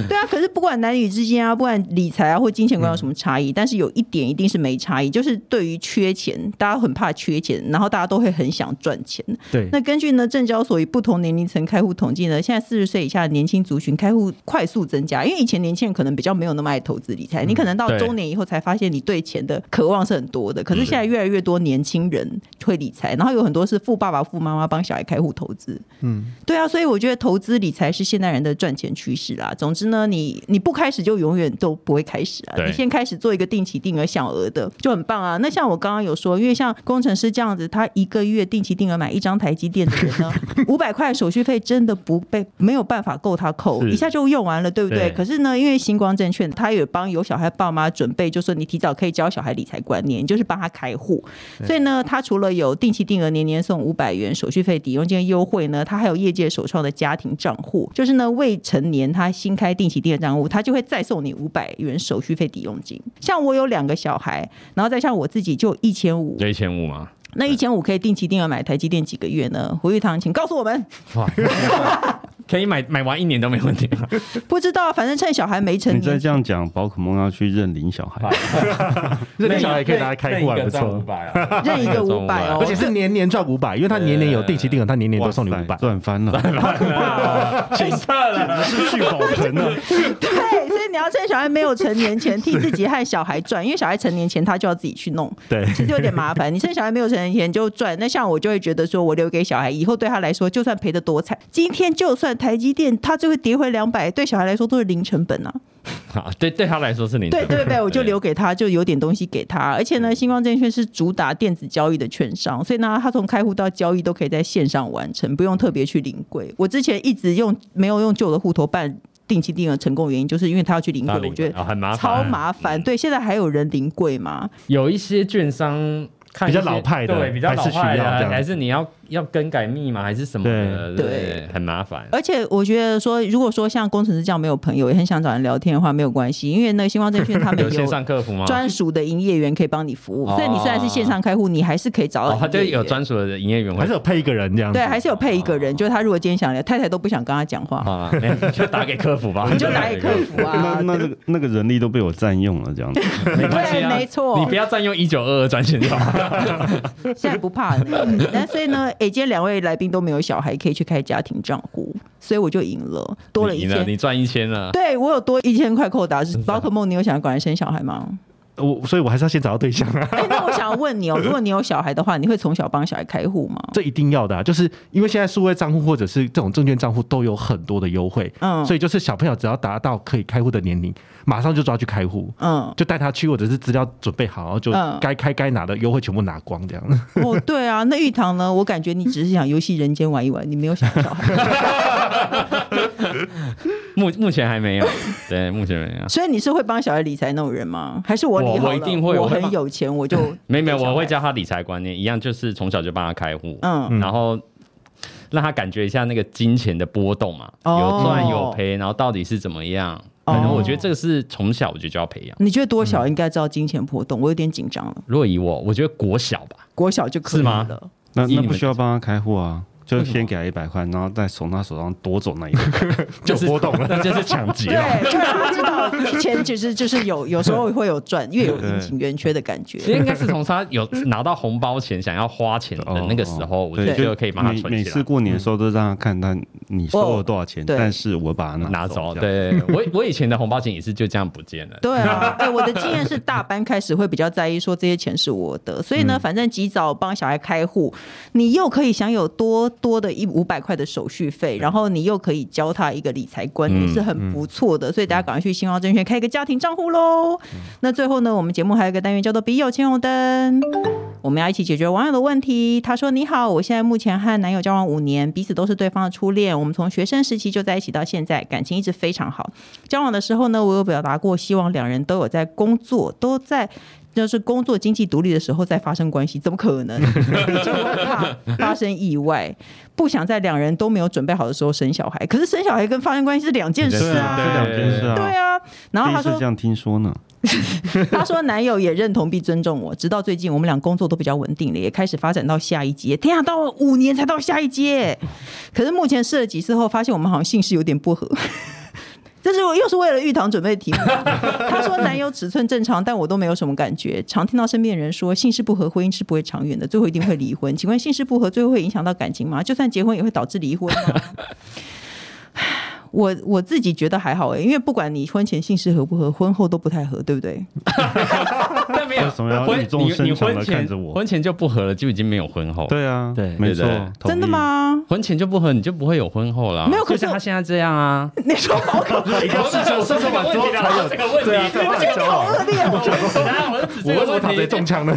Speaker 1: 对啊，可是不管男女之间啊，不管理财啊或金钱观有什么差异，但是有一点一定是没差异，就是对于缺钱，大家很怕缺钱，然后大家都会很想赚钱。
Speaker 4: 对，
Speaker 1: 那根据呢证交所以不同年龄层开户统计呢，现在四十岁以下的年轻族群开户快速增加，因为以前年轻人可能比较没有那么爱投资理财，你可能到
Speaker 2: 对
Speaker 1: 中年以后才发现你对钱的渴望是很多的，可是现在越来越多年轻人会理财，然后有很多是富爸爸、富妈妈帮小孩开户投资，
Speaker 4: 嗯，
Speaker 1: 对啊，所以我觉得投资理财是现代人的赚钱趋势啦。总之呢，你你不开始就永远都不会开始啊。
Speaker 2: 对
Speaker 1: 你先开始做一个定期定额小额的就很棒啊。那像我刚刚有说，因为像工程师这样子，他一个月定期定额买一张台积电的人呢，五百块手续费真的不被没有办法够他扣，
Speaker 2: 是
Speaker 1: 一下就用完了，对不对？
Speaker 2: 对
Speaker 1: 可是呢，因为星光证券他也帮有小孩爸妈准备，就说你提早可以教小孩理财观念，你就是帮他开户。所以呢，它除了有定期定额年年送五百元手续费抵用金的优惠呢，它还有业界首创的家庭账户，就是呢未成年他新开定期定额账户，他就会再送你五百元手续费抵用金。像我有两个小孩，然后再像我自己就一千五，
Speaker 2: 有一千五吗？
Speaker 1: 那一千五可以定期定额买台积电几个月呢？胡玉堂，请告诉我们。
Speaker 2: 哇，可以买买完一年都没问题。
Speaker 1: 不知道，反正趁小孩没成
Speaker 3: 你再
Speaker 1: 年。
Speaker 3: 这样讲，宝可梦要去认领小孩，
Speaker 4: 认领小孩也可以拿来开户，啊还不错。
Speaker 2: [laughs] 错。
Speaker 1: 认一个五百哦，
Speaker 4: 而且是年年赚五百，因为他年年有定期定额，他年年都送你五
Speaker 3: 哇
Speaker 4: 百
Speaker 3: 塞。赚翻了，
Speaker 2: 请撤了，
Speaker 3: 失去宝盆了。
Speaker 1: 对，所以你要趁小孩没有成年前替自己和小孩赚，因为小孩成年前他就要自己去弄，
Speaker 4: 对
Speaker 1: 其实有点麻烦。你趁小孩没有成年前就赚，那像我就会觉得说，我留给小孩以后对他来说，就算赔的多惨，今天就算台积电它就会跌回两百，对小孩来说都是零成本啊。
Speaker 2: 好，对对他来说是零。
Speaker 1: 对对对，我就留给他，就有点东西给他。而且呢，星光证券是主打电子交易的券商，所以呢，他从开户到交易都可以在线上完成，不用特别去临柜。我之前一直用没有用旧的户头办。定期定额成功的原因，就是因为他要去临柜
Speaker 2: 他，领
Speaker 1: 我觉得
Speaker 2: 啊很麻烦嗯
Speaker 1: 超麻烦。对，现在还有人临柜吗？
Speaker 2: 有一些券商看一些
Speaker 4: 比较老派的
Speaker 2: 对，比较老派
Speaker 4: 还是需要这
Speaker 2: 的，
Speaker 4: 样
Speaker 2: 还是你要要更改密码还是什么的，
Speaker 1: 对
Speaker 2: 对，很麻烦。
Speaker 1: 而且我觉得说，如果说像工程师这样没有朋友，也很想找人聊天的话，没有关系，因为那个星光证券他们
Speaker 2: [laughs] 有线
Speaker 1: 有
Speaker 2: 上客服吗？
Speaker 1: 专属的营业员可以帮你服务。所以你虽然是线上开户，你还是可以找到
Speaker 2: 哦，他
Speaker 1: 营
Speaker 2: 就
Speaker 1: 业员。
Speaker 2: 有专属的营业员
Speaker 4: 还
Speaker 2: 会
Speaker 4: 是有配一个人这样子，
Speaker 1: 对，还是有配一个
Speaker 2: 哦
Speaker 1: 人，就是他如果今天想聊，太太都不想跟他讲话，
Speaker 2: 啊，没有你就打给客服吧，
Speaker 1: [laughs] 你就打给
Speaker 2: [laughs]
Speaker 1: 客服
Speaker 3: 那
Speaker 1: 啊。
Speaker 3: 那那个那个人力都被我占用了，这样子。
Speaker 2: 没关系啊
Speaker 1: 对没错
Speaker 2: 你不要占用一九二二专线就好。
Speaker 1: 现在不怕
Speaker 2: [laughs]
Speaker 1: 了。那所以呢，诶，今天两位来宾都没有小孩，可以去开家庭账户，所以我就赢了，多了一
Speaker 2: 你呢？
Speaker 1: 千。
Speaker 2: 你赚一千了。
Speaker 1: [laughs]
Speaker 2: [laughs]
Speaker 1: 对我有多一千块扣打，是宝可梦，你有想管人生小孩
Speaker 2: [laughs]
Speaker 1: 吗？
Speaker 4: 我，所以我还是要先找到对象啊。
Speaker 1: 哎、那我想问你哦，如果你有小孩的话，你会从小帮小孩开户吗？
Speaker 4: 这一定要的、啊，就是因为现在数位账户或者是这种证券账户都有很多的优惠，
Speaker 1: 嗯
Speaker 4: 所以就是小朋友只要达到可以开户的年龄，马上就抓去开户，
Speaker 1: 嗯，
Speaker 4: 就带他去，或者是资料准备好，然后就
Speaker 1: 嗯
Speaker 4: 该开该拿的优惠全部拿光这样。
Speaker 1: 哦，对啊，那玉堂呢？我感觉你只是想游戏人间玩一玩，你没有想小孩，
Speaker 2: [laughs] 目目前还没有，对，目前没有。
Speaker 1: 所以你是会帮小孩理财那种人吗？还是我理好
Speaker 2: 我
Speaker 1: 了？
Speaker 2: 我一定会
Speaker 1: 我
Speaker 2: 我会
Speaker 1: 很
Speaker 2: 帮
Speaker 1: 有钱，我就
Speaker 2: [laughs] 没有没有，
Speaker 1: 给小孩
Speaker 2: 我会教他理财观念，一样就是从小就帮他开户，
Speaker 1: 嗯
Speaker 2: 然后让他感觉一下那个金钱的波动嘛，
Speaker 1: 哦
Speaker 2: 有赚有赔，然后到底是怎么样。
Speaker 1: 哦
Speaker 2: 反正我觉得这个是从小我就就要培养。
Speaker 1: 你觉得多
Speaker 2: 嗯
Speaker 1: 小应该知道金钱波动？我有点紧张了，
Speaker 2: 如果以我，我觉得国小
Speaker 3: [laughs]
Speaker 2: 吧，
Speaker 1: 国小就可以
Speaker 2: 是吗
Speaker 1: 了。
Speaker 3: 那
Speaker 2: 以你
Speaker 3: 那
Speaker 2: 们
Speaker 3: 不需要帮他开户啊，就
Speaker 2: 为什么
Speaker 3: 先给他一百块，然后再从他手上夺走那一百。
Speaker 2: 就
Speaker 4: 有波动
Speaker 2: 了，那就是 [laughs] 抢劫
Speaker 3: [laughs]
Speaker 1: 对，啊就让他知道钱只是就是有有时候会有
Speaker 2: [laughs]
Speaker 1: 赚，越有阴晴圆缺的感觉。
Speaker 2: 其实应该是从他有拿到红包钱、想要花钱的那个时候，我就
Speaker 3: 哦对
Speaker 2: 觉得可以帮他
Speaker 3: 每
Speaker 2: 存
Speaker 3: 每
Speaker 2: 起
Speaker 3: 次
Speaker 2: 来。
Speaker 3: 过年的时候都让他看他你收了多少钱，
Speaker 1: 嗯对
Speaker 3: 但是我把它
Speaker 2: 拿
Speaker 3: 走
Speaker 2: 走，
Speaker 3: 这样。
Speaker 2: 对，
Speaker 3: [laughs]
Speaker 2: 我我以前的红包钱也是就这样不见了。
Speaker 1: 对
Speaker 2: [laughs]
Speaker 1: 啊，哎、我的经验是大班开始会比较在意说这些钱是我的，所
Speaker 2: 嗯
Speaker 1: 以呢，反正及早帮小孩开户，你又可以享有多多的一五百块的手续费，然后你又可以教他一个理财观念，
Speaker 2: 嗯
Speaker 1: 是很不错的。所以大家赶快去新奥证券开一个家庭账户喽。
Speaker 2: 嗯
Speaker 1: 那最后呢，我们节目还有一个单元叫做“笔友青红灯”。我们要一起解决网友的问题。他说：“你好，我现在目前和男友交往五年，彼此都是对方的初恋。我们从学生时期就在一起到现在，感情一直非常好。交往的时候呢，我有表达过希望两人都有在工作，都在就是工作经济独立的时候再发生关系，怎么可能？就会怕发生意外，不想在两人都没有准备好的时候生小孩。可是生小孩跟发生关系是两件事啊，
Speaker 3: 这两件事啊，
Speaker 1: 对啊。然后
Speaker 3: 第一
Speaker 1: 他
Speaker 3: 次
Speaker 1: 说
Speaker 3: 这，样听说呢，
Speaker 1: [laughs] 她说男友也认同并尊重我，直到最近我们俩工作都比较稳定了，也开始发展到下一阶。天啊，到了五年才到下一阶，可是目前试了几次后，发现我们好像性事有点不合。 [laughs] 这是我又是为了玉堂准备的题目。 [laughs] 她说男友尺寸正常，但我都没有什么感觉。常听到身边人说性事不合，婚姻是不会长远的，最后一定会离婚。请问性事不合最后会影响到感情吗？就算结婚也会导致离婚吗？ [sighs] 我我自己觉得还好哎、因为不管你婚前性事合不合，婚后都不太合，对不对？
Speaker 2: 但没有
Speaker 3: 为什么要
Speaker 2: 婚
Speaker 3: 语重
Speaker 2: 你
Speaker 3: 心
Speaker 2: 你
Speaker 3: 长地
Speaker 2: 婚前
Speaker 3: 看着我
Speaker 2: 婚前就不合了，就已经没有婚后。，
Speaker 3: 对啊，
Speaker 4: 对
Speaker 3: 没错
Speaker 2: 对对，
Speaker 3: 同意
Speaker 1: 真的？吗？
Speaker 2: 婚前就不合，你就不会有婚后啦。
Speaker 1: 没有可是
Speaker 2: 就像他现在这样啊。
Speaker 1: 你说好可
Speaker 4: 一定要试射射射完之后才有
Speaker 2: 这个问题
Speaker 4: 对啊，才
Speaker 1: 我
Speaker 4: 有
Speaker 1: 觉得
Speaker 4: 交
Speaker 1: 好
Speaker 4: 往。
Speaker 1: 恶劣哦。
Speaker 2: 我是指
Speaker 4: 我
Speaker 2: 这
Speaker 4: 为
Speaker 2: 个
Speaker 4: 什么躺在
Speaker 2: 问题
Speaker 4: 中枪呢？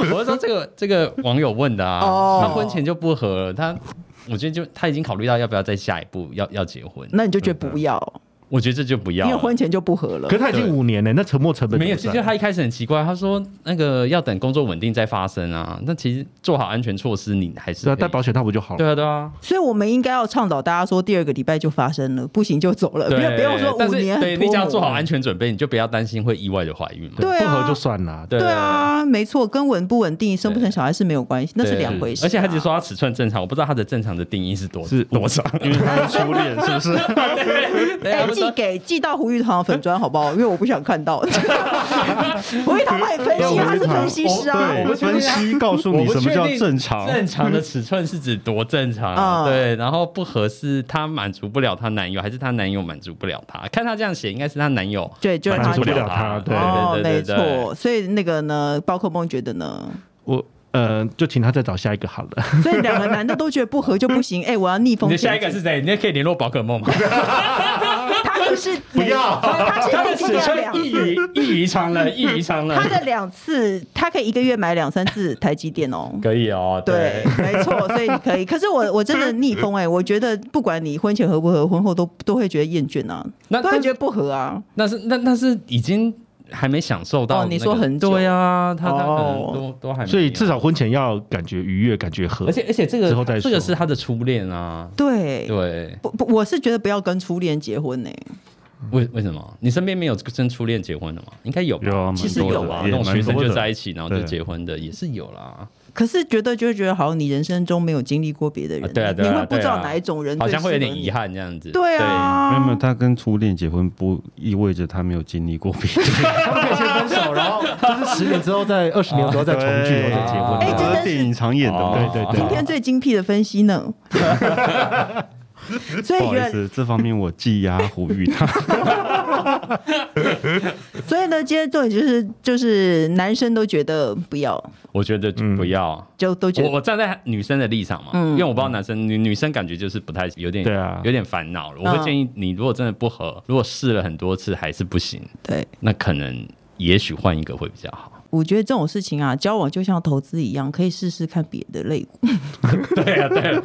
Speaker 2: 我是说这个这个网友问的啊，
Speaker 1: 哦
Speaker 2: 他婚前就不合了，他我觉得就他已经考虑到要不要再下一步要要结婚，
Speaker 1: 那你就觉得不要，
Speaker 2: 我觉得这就不
Speaker 1: 因
Speaker 2: 要
Speaker 1: 为
Speaker 2: 了。
Speaker 1: 婚前就不合了
Speaker 4: 可。是他已经五年了，那沉没成本
Speaker 2: 没有，
Speaker 4: 怎
Speaker 2: 就
Speaker 4: 么
Speaker 2: 就
Speaker 4: 算
Speaker 2: 他一开始很奇怪，他说那个要等工作稳定再发生啊。那其实做好安全措施，你还是
Speaker 4: 是啊，
Speaker 2: 可以
Speaker 4: 带保险套不就好了？
Speaker 2: 对啊对啊，
Speaker 1: 所以我们应该要倡导大家说，第二个礼拜就发生了，不行就走了，不要
Speaker 2: 对，
Speaker 1: 不要说
Speaker 2: 但
Speaker 1: 五
Speaker 2: 是
Speaker 1: 年很
Speaker 2: 对
Speaker 1: 多
Speaker 2: 你只要做好安全准备，你就不要担心会意外的怀孕嘛。
Speaker 1: 对啊
Speaker 4: 不合就算了。
Speaker 2: 对
Speaker 1: 对，啊，没错，跟稳不稳定、生不生小孩是没有关系，那是
Speaker 2: 对
Speaker 1: 两回事啊。
Speaker 2: 而且他只说他尺寸正常，我不知道他的正常的定义是多
Speaker 4: 是
Speaker 2: 多少。
Speaker 3: 因为他是初恋，是
Speaker 1: [laughs]
Speaker 3: 不是？
Speaker 2: [laughs] 对
Speaker 1: 哎、
Speaker 2: 他们
Speaker 1: 寄
Speaker 2: 说
Speaker 1: 给寄到胡玉堂的粉砖好不好？因为我不想看到。胡玉堂帮你分析，他是分析师啊。
Speaker 3: 哦对，分析告诉你什么叫正常。
Speaker 2: 正常的尺寸是指多正常、
Speaker 1: 嗯
Speaker 2: 对，然后不合是她满足不了她男友，还是她男友满足不了她？看她这样写，应该是她男友
Speaker 1: 对，就是
Speaker 4: 满
Speaker 1: 他
Speaker 4: 足不
Speaker 1: 讲
Speaker 4: 了她
Speaker 2: 对
Speaker 1: 哦，
Speaker 2: 对
Speaker 1: 没
Speaker 2: 对对对
Speaker 1: 错。所以那个呢，包括梦觉得呢，
Speaker 4: 我呃，就请他再找下一个好了。
Speaker 1: 所以两个男的都觉得不合就不行。哎、我要逆风
Speaker 2: 你的
Speaker 1: 前进。
Speaker 2: 下一个是谁？你也可以联络宝可梦吗？
Speaker 1: 他可是不要，他
Speaker 2: 他的
Speaker 1: 是一
Speaker 2: 尺
Speaker 1: 个
Speaker 2: 寸
Speaker 1: 两
Speaker 2: 异于异于常人，异于常人
Speaker 1: 他，的两次，他可以一个月买两三次台积电哦。
Speaker 2: 可以哦。
Speaker 1: 对，没错，所以你可以。可是我我真的逆风哎、我觉得不管你婚前合不合，婚后都都会觉得厌倦啊，
Speaker 2: 那
Speaker 1: 都会
Speaker 2: 但
Speaker 1: 觉得不合啊。
Speaker 2: 那是那那是已经还没享受到、
Speaker 1: 哦
Speaker 2: 那
Speaker 1: 你
Speaker 2: 个
Speaker 1: 说很久
Speaker 2: 对啊，他他可
Speaker 1: 哦
Speaker 2: 能都、都还没有，
Speaker 4: 所以至少婚前要感觉愉悦，感觉合。
Speaker 2: 而且而且这
Speaker 4: 之后再
Speaker 2: 个
Speaker 4: 说
Speaker 2: 这个是他的初恋啊。
Speaker 1: 对，
Speaker 2: 对，
Speaker 1: 不不，我是觉得不要跟初恋结婚哎呢、
Speaker 2: 为为什么？你身边没有跟初恋结婚的吗？应该有吧，
Speaker 3: 有啊蛮
Speaker 1: 其实多的有啊
Speaker 2: 那
Speaker 3: 也
Speaker 2: 种
Speaker 3: 蛮
Speaker 2: 学生
Speaker 3: 多
Speaker 2: 就
Speaker 3: 的
Speaker 2: 在一起，然后就
Speaker 3: 对
Speaker 2: 结婚的也是有啦，
Speaker 1: 可是觉得就会觉得，好像你人生中没有经历过别的人、
Speaker 2: 啊对啊对啊
Speaker 1: 你会不知
Speaker 2: 对
Speaker 1: 道
Speaker 2: 啊
Speaker 1: 哪一种人
Speaker 2: 好像会有点
Speaker 1: 最适合你
Speaker 2: 遗。憾这样子。
Speaker 1: 对啊，
Speaker 3: 没有没有，他跟初恋结婚不意味着他没有经历过别的，
Speaker 4: 他们可以先分手，然后就是十年之后再二十年之后再重聚，
Speaker 3: 对
Speaker 4: 然后再结婚。
Speaker 3: [laughs]
Speaker 1: 哎这
Speaker 3: 这
Speaker 1: 真是
Speaker 3: 是电影常演的嘛。
Speaker 2: 哦
Speaker 4: 啊对对对
Speaker 1: 今天最精辟的分析呢。 [laughs] 所以
Speaker 3: 不好意
Speaker 1: 原
Speaker 3: 思，这方面我技压呼吁他。
Speaker 1: 所以呢，今天重点就是就是男生都觉得不要，
Speaker 2: 我觉得不要。
Speaker 1: 就都觉
Speaker 2: 我
Speaker 1: 得
Speaker 2: 我站在女生的立场嘛，
Speaker 1: 嗯
Speaker 2: 因为我不知道男生女女生感觉就是不太有点
Speaker 4: 对啊
Speaker 2: 有点烦恼了。
Speaker 1: 嗯
Speaker 2: 我会建议你，如果真的不合，如果试了很多次还是不行，
Speaker 1: 对。
Speaker 2: 那可能也许换一个会比较好。
Speaker 1: [laughs] 我觉得这种事情啊，交往就像投资一样，可以试试看别的类股，
Speaker 2: 对啊，对啊，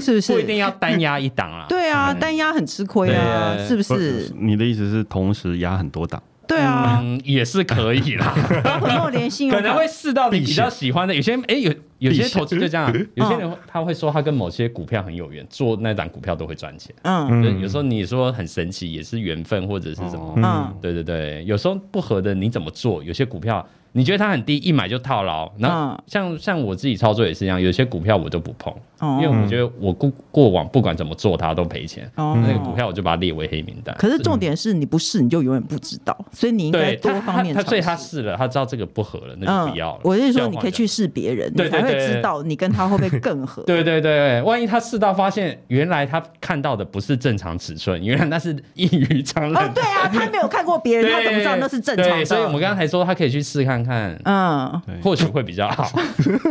Speaker 1: 是不
Speaker 2: 不一定
Speaker 1: 是？
Speaker 2: 要单压一档啦。
Speaker 1: 对啊，单压很吃亏啊，
Speaker 2: 嗯对
Speaker 1: 是不
Speaker 3: 不
Speaker 1: 是？
Speaker 3: [laughs] 你的意思 [laughs] 是同时压很多档？
Speaker 1: 对啊，
Speaker 2: 嗯，也是可以啦。
Speaker 1: 宝可梦连信
Speaker 2: 可
Speaker 1: 用
Speaker 2: 能
Speaker 1: 卡
Speaker 2: 会试到你比较喜欢的。有些哎、有有些投资就
Speaker 1: [laughs]
Speaker 2: 这样啊，有些人他会说他跟某些股票很有缘，做那档股票都会赚钱。
Speaker 1: 嗯
Speaker 4: 嗯
Speaker 2: 对，有时候你说很神奇，也是缘分或者是什么。
Speaker 3: 哦
Speaker 1: 嗯
Speaker 2: 对对对，有时候不合的你怎么做？有些股票你觉得它很低，一买就套牢。然后
Speaker 1: 嗯
Speaker 2: 像像我自己操作也是一样，有些股票我都不碰，因为
Speaker 1: 哦
Speaker 2: 我觉得我过过往不管怎么做它都赔钱。那个股
Speaker 1: 哦。
Speaker 2: 票我嗯就把它列为黑名单。
Speaker 1: 可是重点是你不试，你就永远不知道，所以你应该
Speaker 2: 对
Speaker 1: 多
Speaker 2: 他
Speaker 1: 方面
Speaker 2: 他
Speaker 1: 尝
Speaker 2: 他所以他
Speaker 1: 试。嗯
Speaker 2: 试了，他知道这个不合了，那就不要了。
Speaker 1: 我是
Speaker 2: 这
Speaker 1: 说，
Speaker 2: 样
Speaker 1: 你
Speaker 2: 换
Speaker 1: 可以
Speaker 2: 就
Speaker 1: 去试别人，你
Speaker 2: 对
Speaker 1: 才
Speaker 2: 对
Speaker 1: 会
Speaker 2: 对
Speaker 1: 知道你跟他会不会更合。
Speaker 2: [laughs]
Speaker 1: 哦
Speaker 2: 对对对，万一他试到发现，原来他看到的不是正常尺寸，原来那是异于常人。
Speaker 1: 哦，对啊，他没有看过别人，
Speaker 2: 对
Speaker 1: 他怎么知道那是正常
Speaker 2: 对
Speaker 1: 的？
Speaker 2: 所以我们刚才说，他可以去试看看，
Speaker 1: 嗯，
Speaker 3: 对
Speaker 2: 或许会比较好，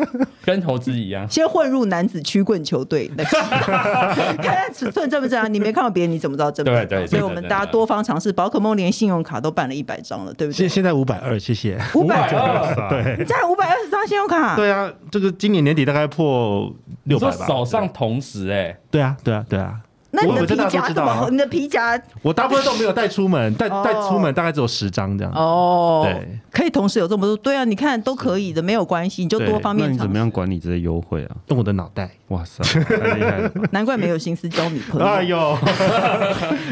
Speaker 1: [laughs]
Speaker 2: 跟投资一样。
Speaker 1: 先混入男子曲棍球队，那个 [laughs] 看看尺寸正不正常。你没看过别人，你怎么知道正不正常？
Speaker 2: 对对对
Speaker 1: 所以我们大家多方尝试。宝可梦连信用卡都办了一百张了，对不
Speaker 4: 现
Speaker 1: 对？
Speaker 4: 现在五百二，谢谢。
Speaker 1: 五百，
Speaker 2: 二，
Speaker 1: 你占五百二十张信用卡，
Speaker 4: 对啊，这个今年年底大概破
Speaker 2: 你
Speaker 4: 六
Speaker 2: 说
Speaker 4: 百吧。
Speaker 2: 手上同时哎、
Speaker 4: 对啊，对啊，对啊，
Speaker 1: 那你
Speaker 4: 我
Speaker 1: 的
Speaker 4: 们这
Speaker 1: 皮
Speaker 4: 大家都
Speaker 1: 夹
Speaker 4: 知
Speaker 1: 怎
Speaker 4: 道啊嗯
Speaker 1: 么？你的皮夹
Speaker 4: 我大部分都没有带出门，带
Speaker 1: 哦
Speaker 4: 带出门大概只有十张这样。
Speaker 1: 哦，
Speaker 4: 对，
Speaker 1: 可以同时有这么多，对啊，你看都可以的，没有关系，你就多
Speaker 4: 对
Speaker 1: 方
Speaker 3: 那
Speaker 1: 面
Speaker 3: 你怎
Speaker 1: 尝
Speaker 3: 么
Speaker 1: 试。
Speaker 3: 样管理这些优惠啊？
Speaker 4: 用我的脑袋。
Speaker 3: 哇塞，太厉害
Speaker 1: [laughs]
Speaker 3: 了吧！
Speaker 1: 难怪没有心思交女朋友。
Speaker 4: [laughs] 哎呦，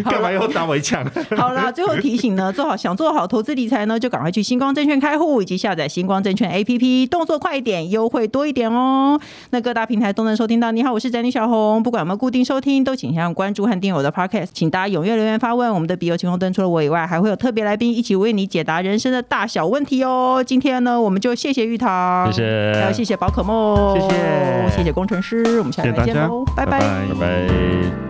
Speaker 4: 干嘛又打围墙？
Speaker 1: 好啦，最后提醒呢，做好想做好投资理财呢，就赶快去星光证券开户，以及下载星光证券 APP，动作快一点，优惠多一点哦。那各大平台都能收听到。你好，我是宅女小红。不管有没有固定收听，都请向关注和订阅我的 Podcast。请大家踊跃留言发问。我们的笔友晴空灯除了我以外，还会有特别来宾一起为你解答人生的大小问题哦。今天呢，我们就谢谢玉堂，
Speaker 2: 谢谢
Speaker 1: 还有谢谢宝可梦，
Speaker 4: 谢谢
Speaker 1: 谢谢工程师。我们下礼拜
Speaker 3: 谢谢大
Speaker 1: 见
Speaker 3: 家
Speaker 1: 喽，
Speaker 3: 拜拜
Speaker 2: 拜拜。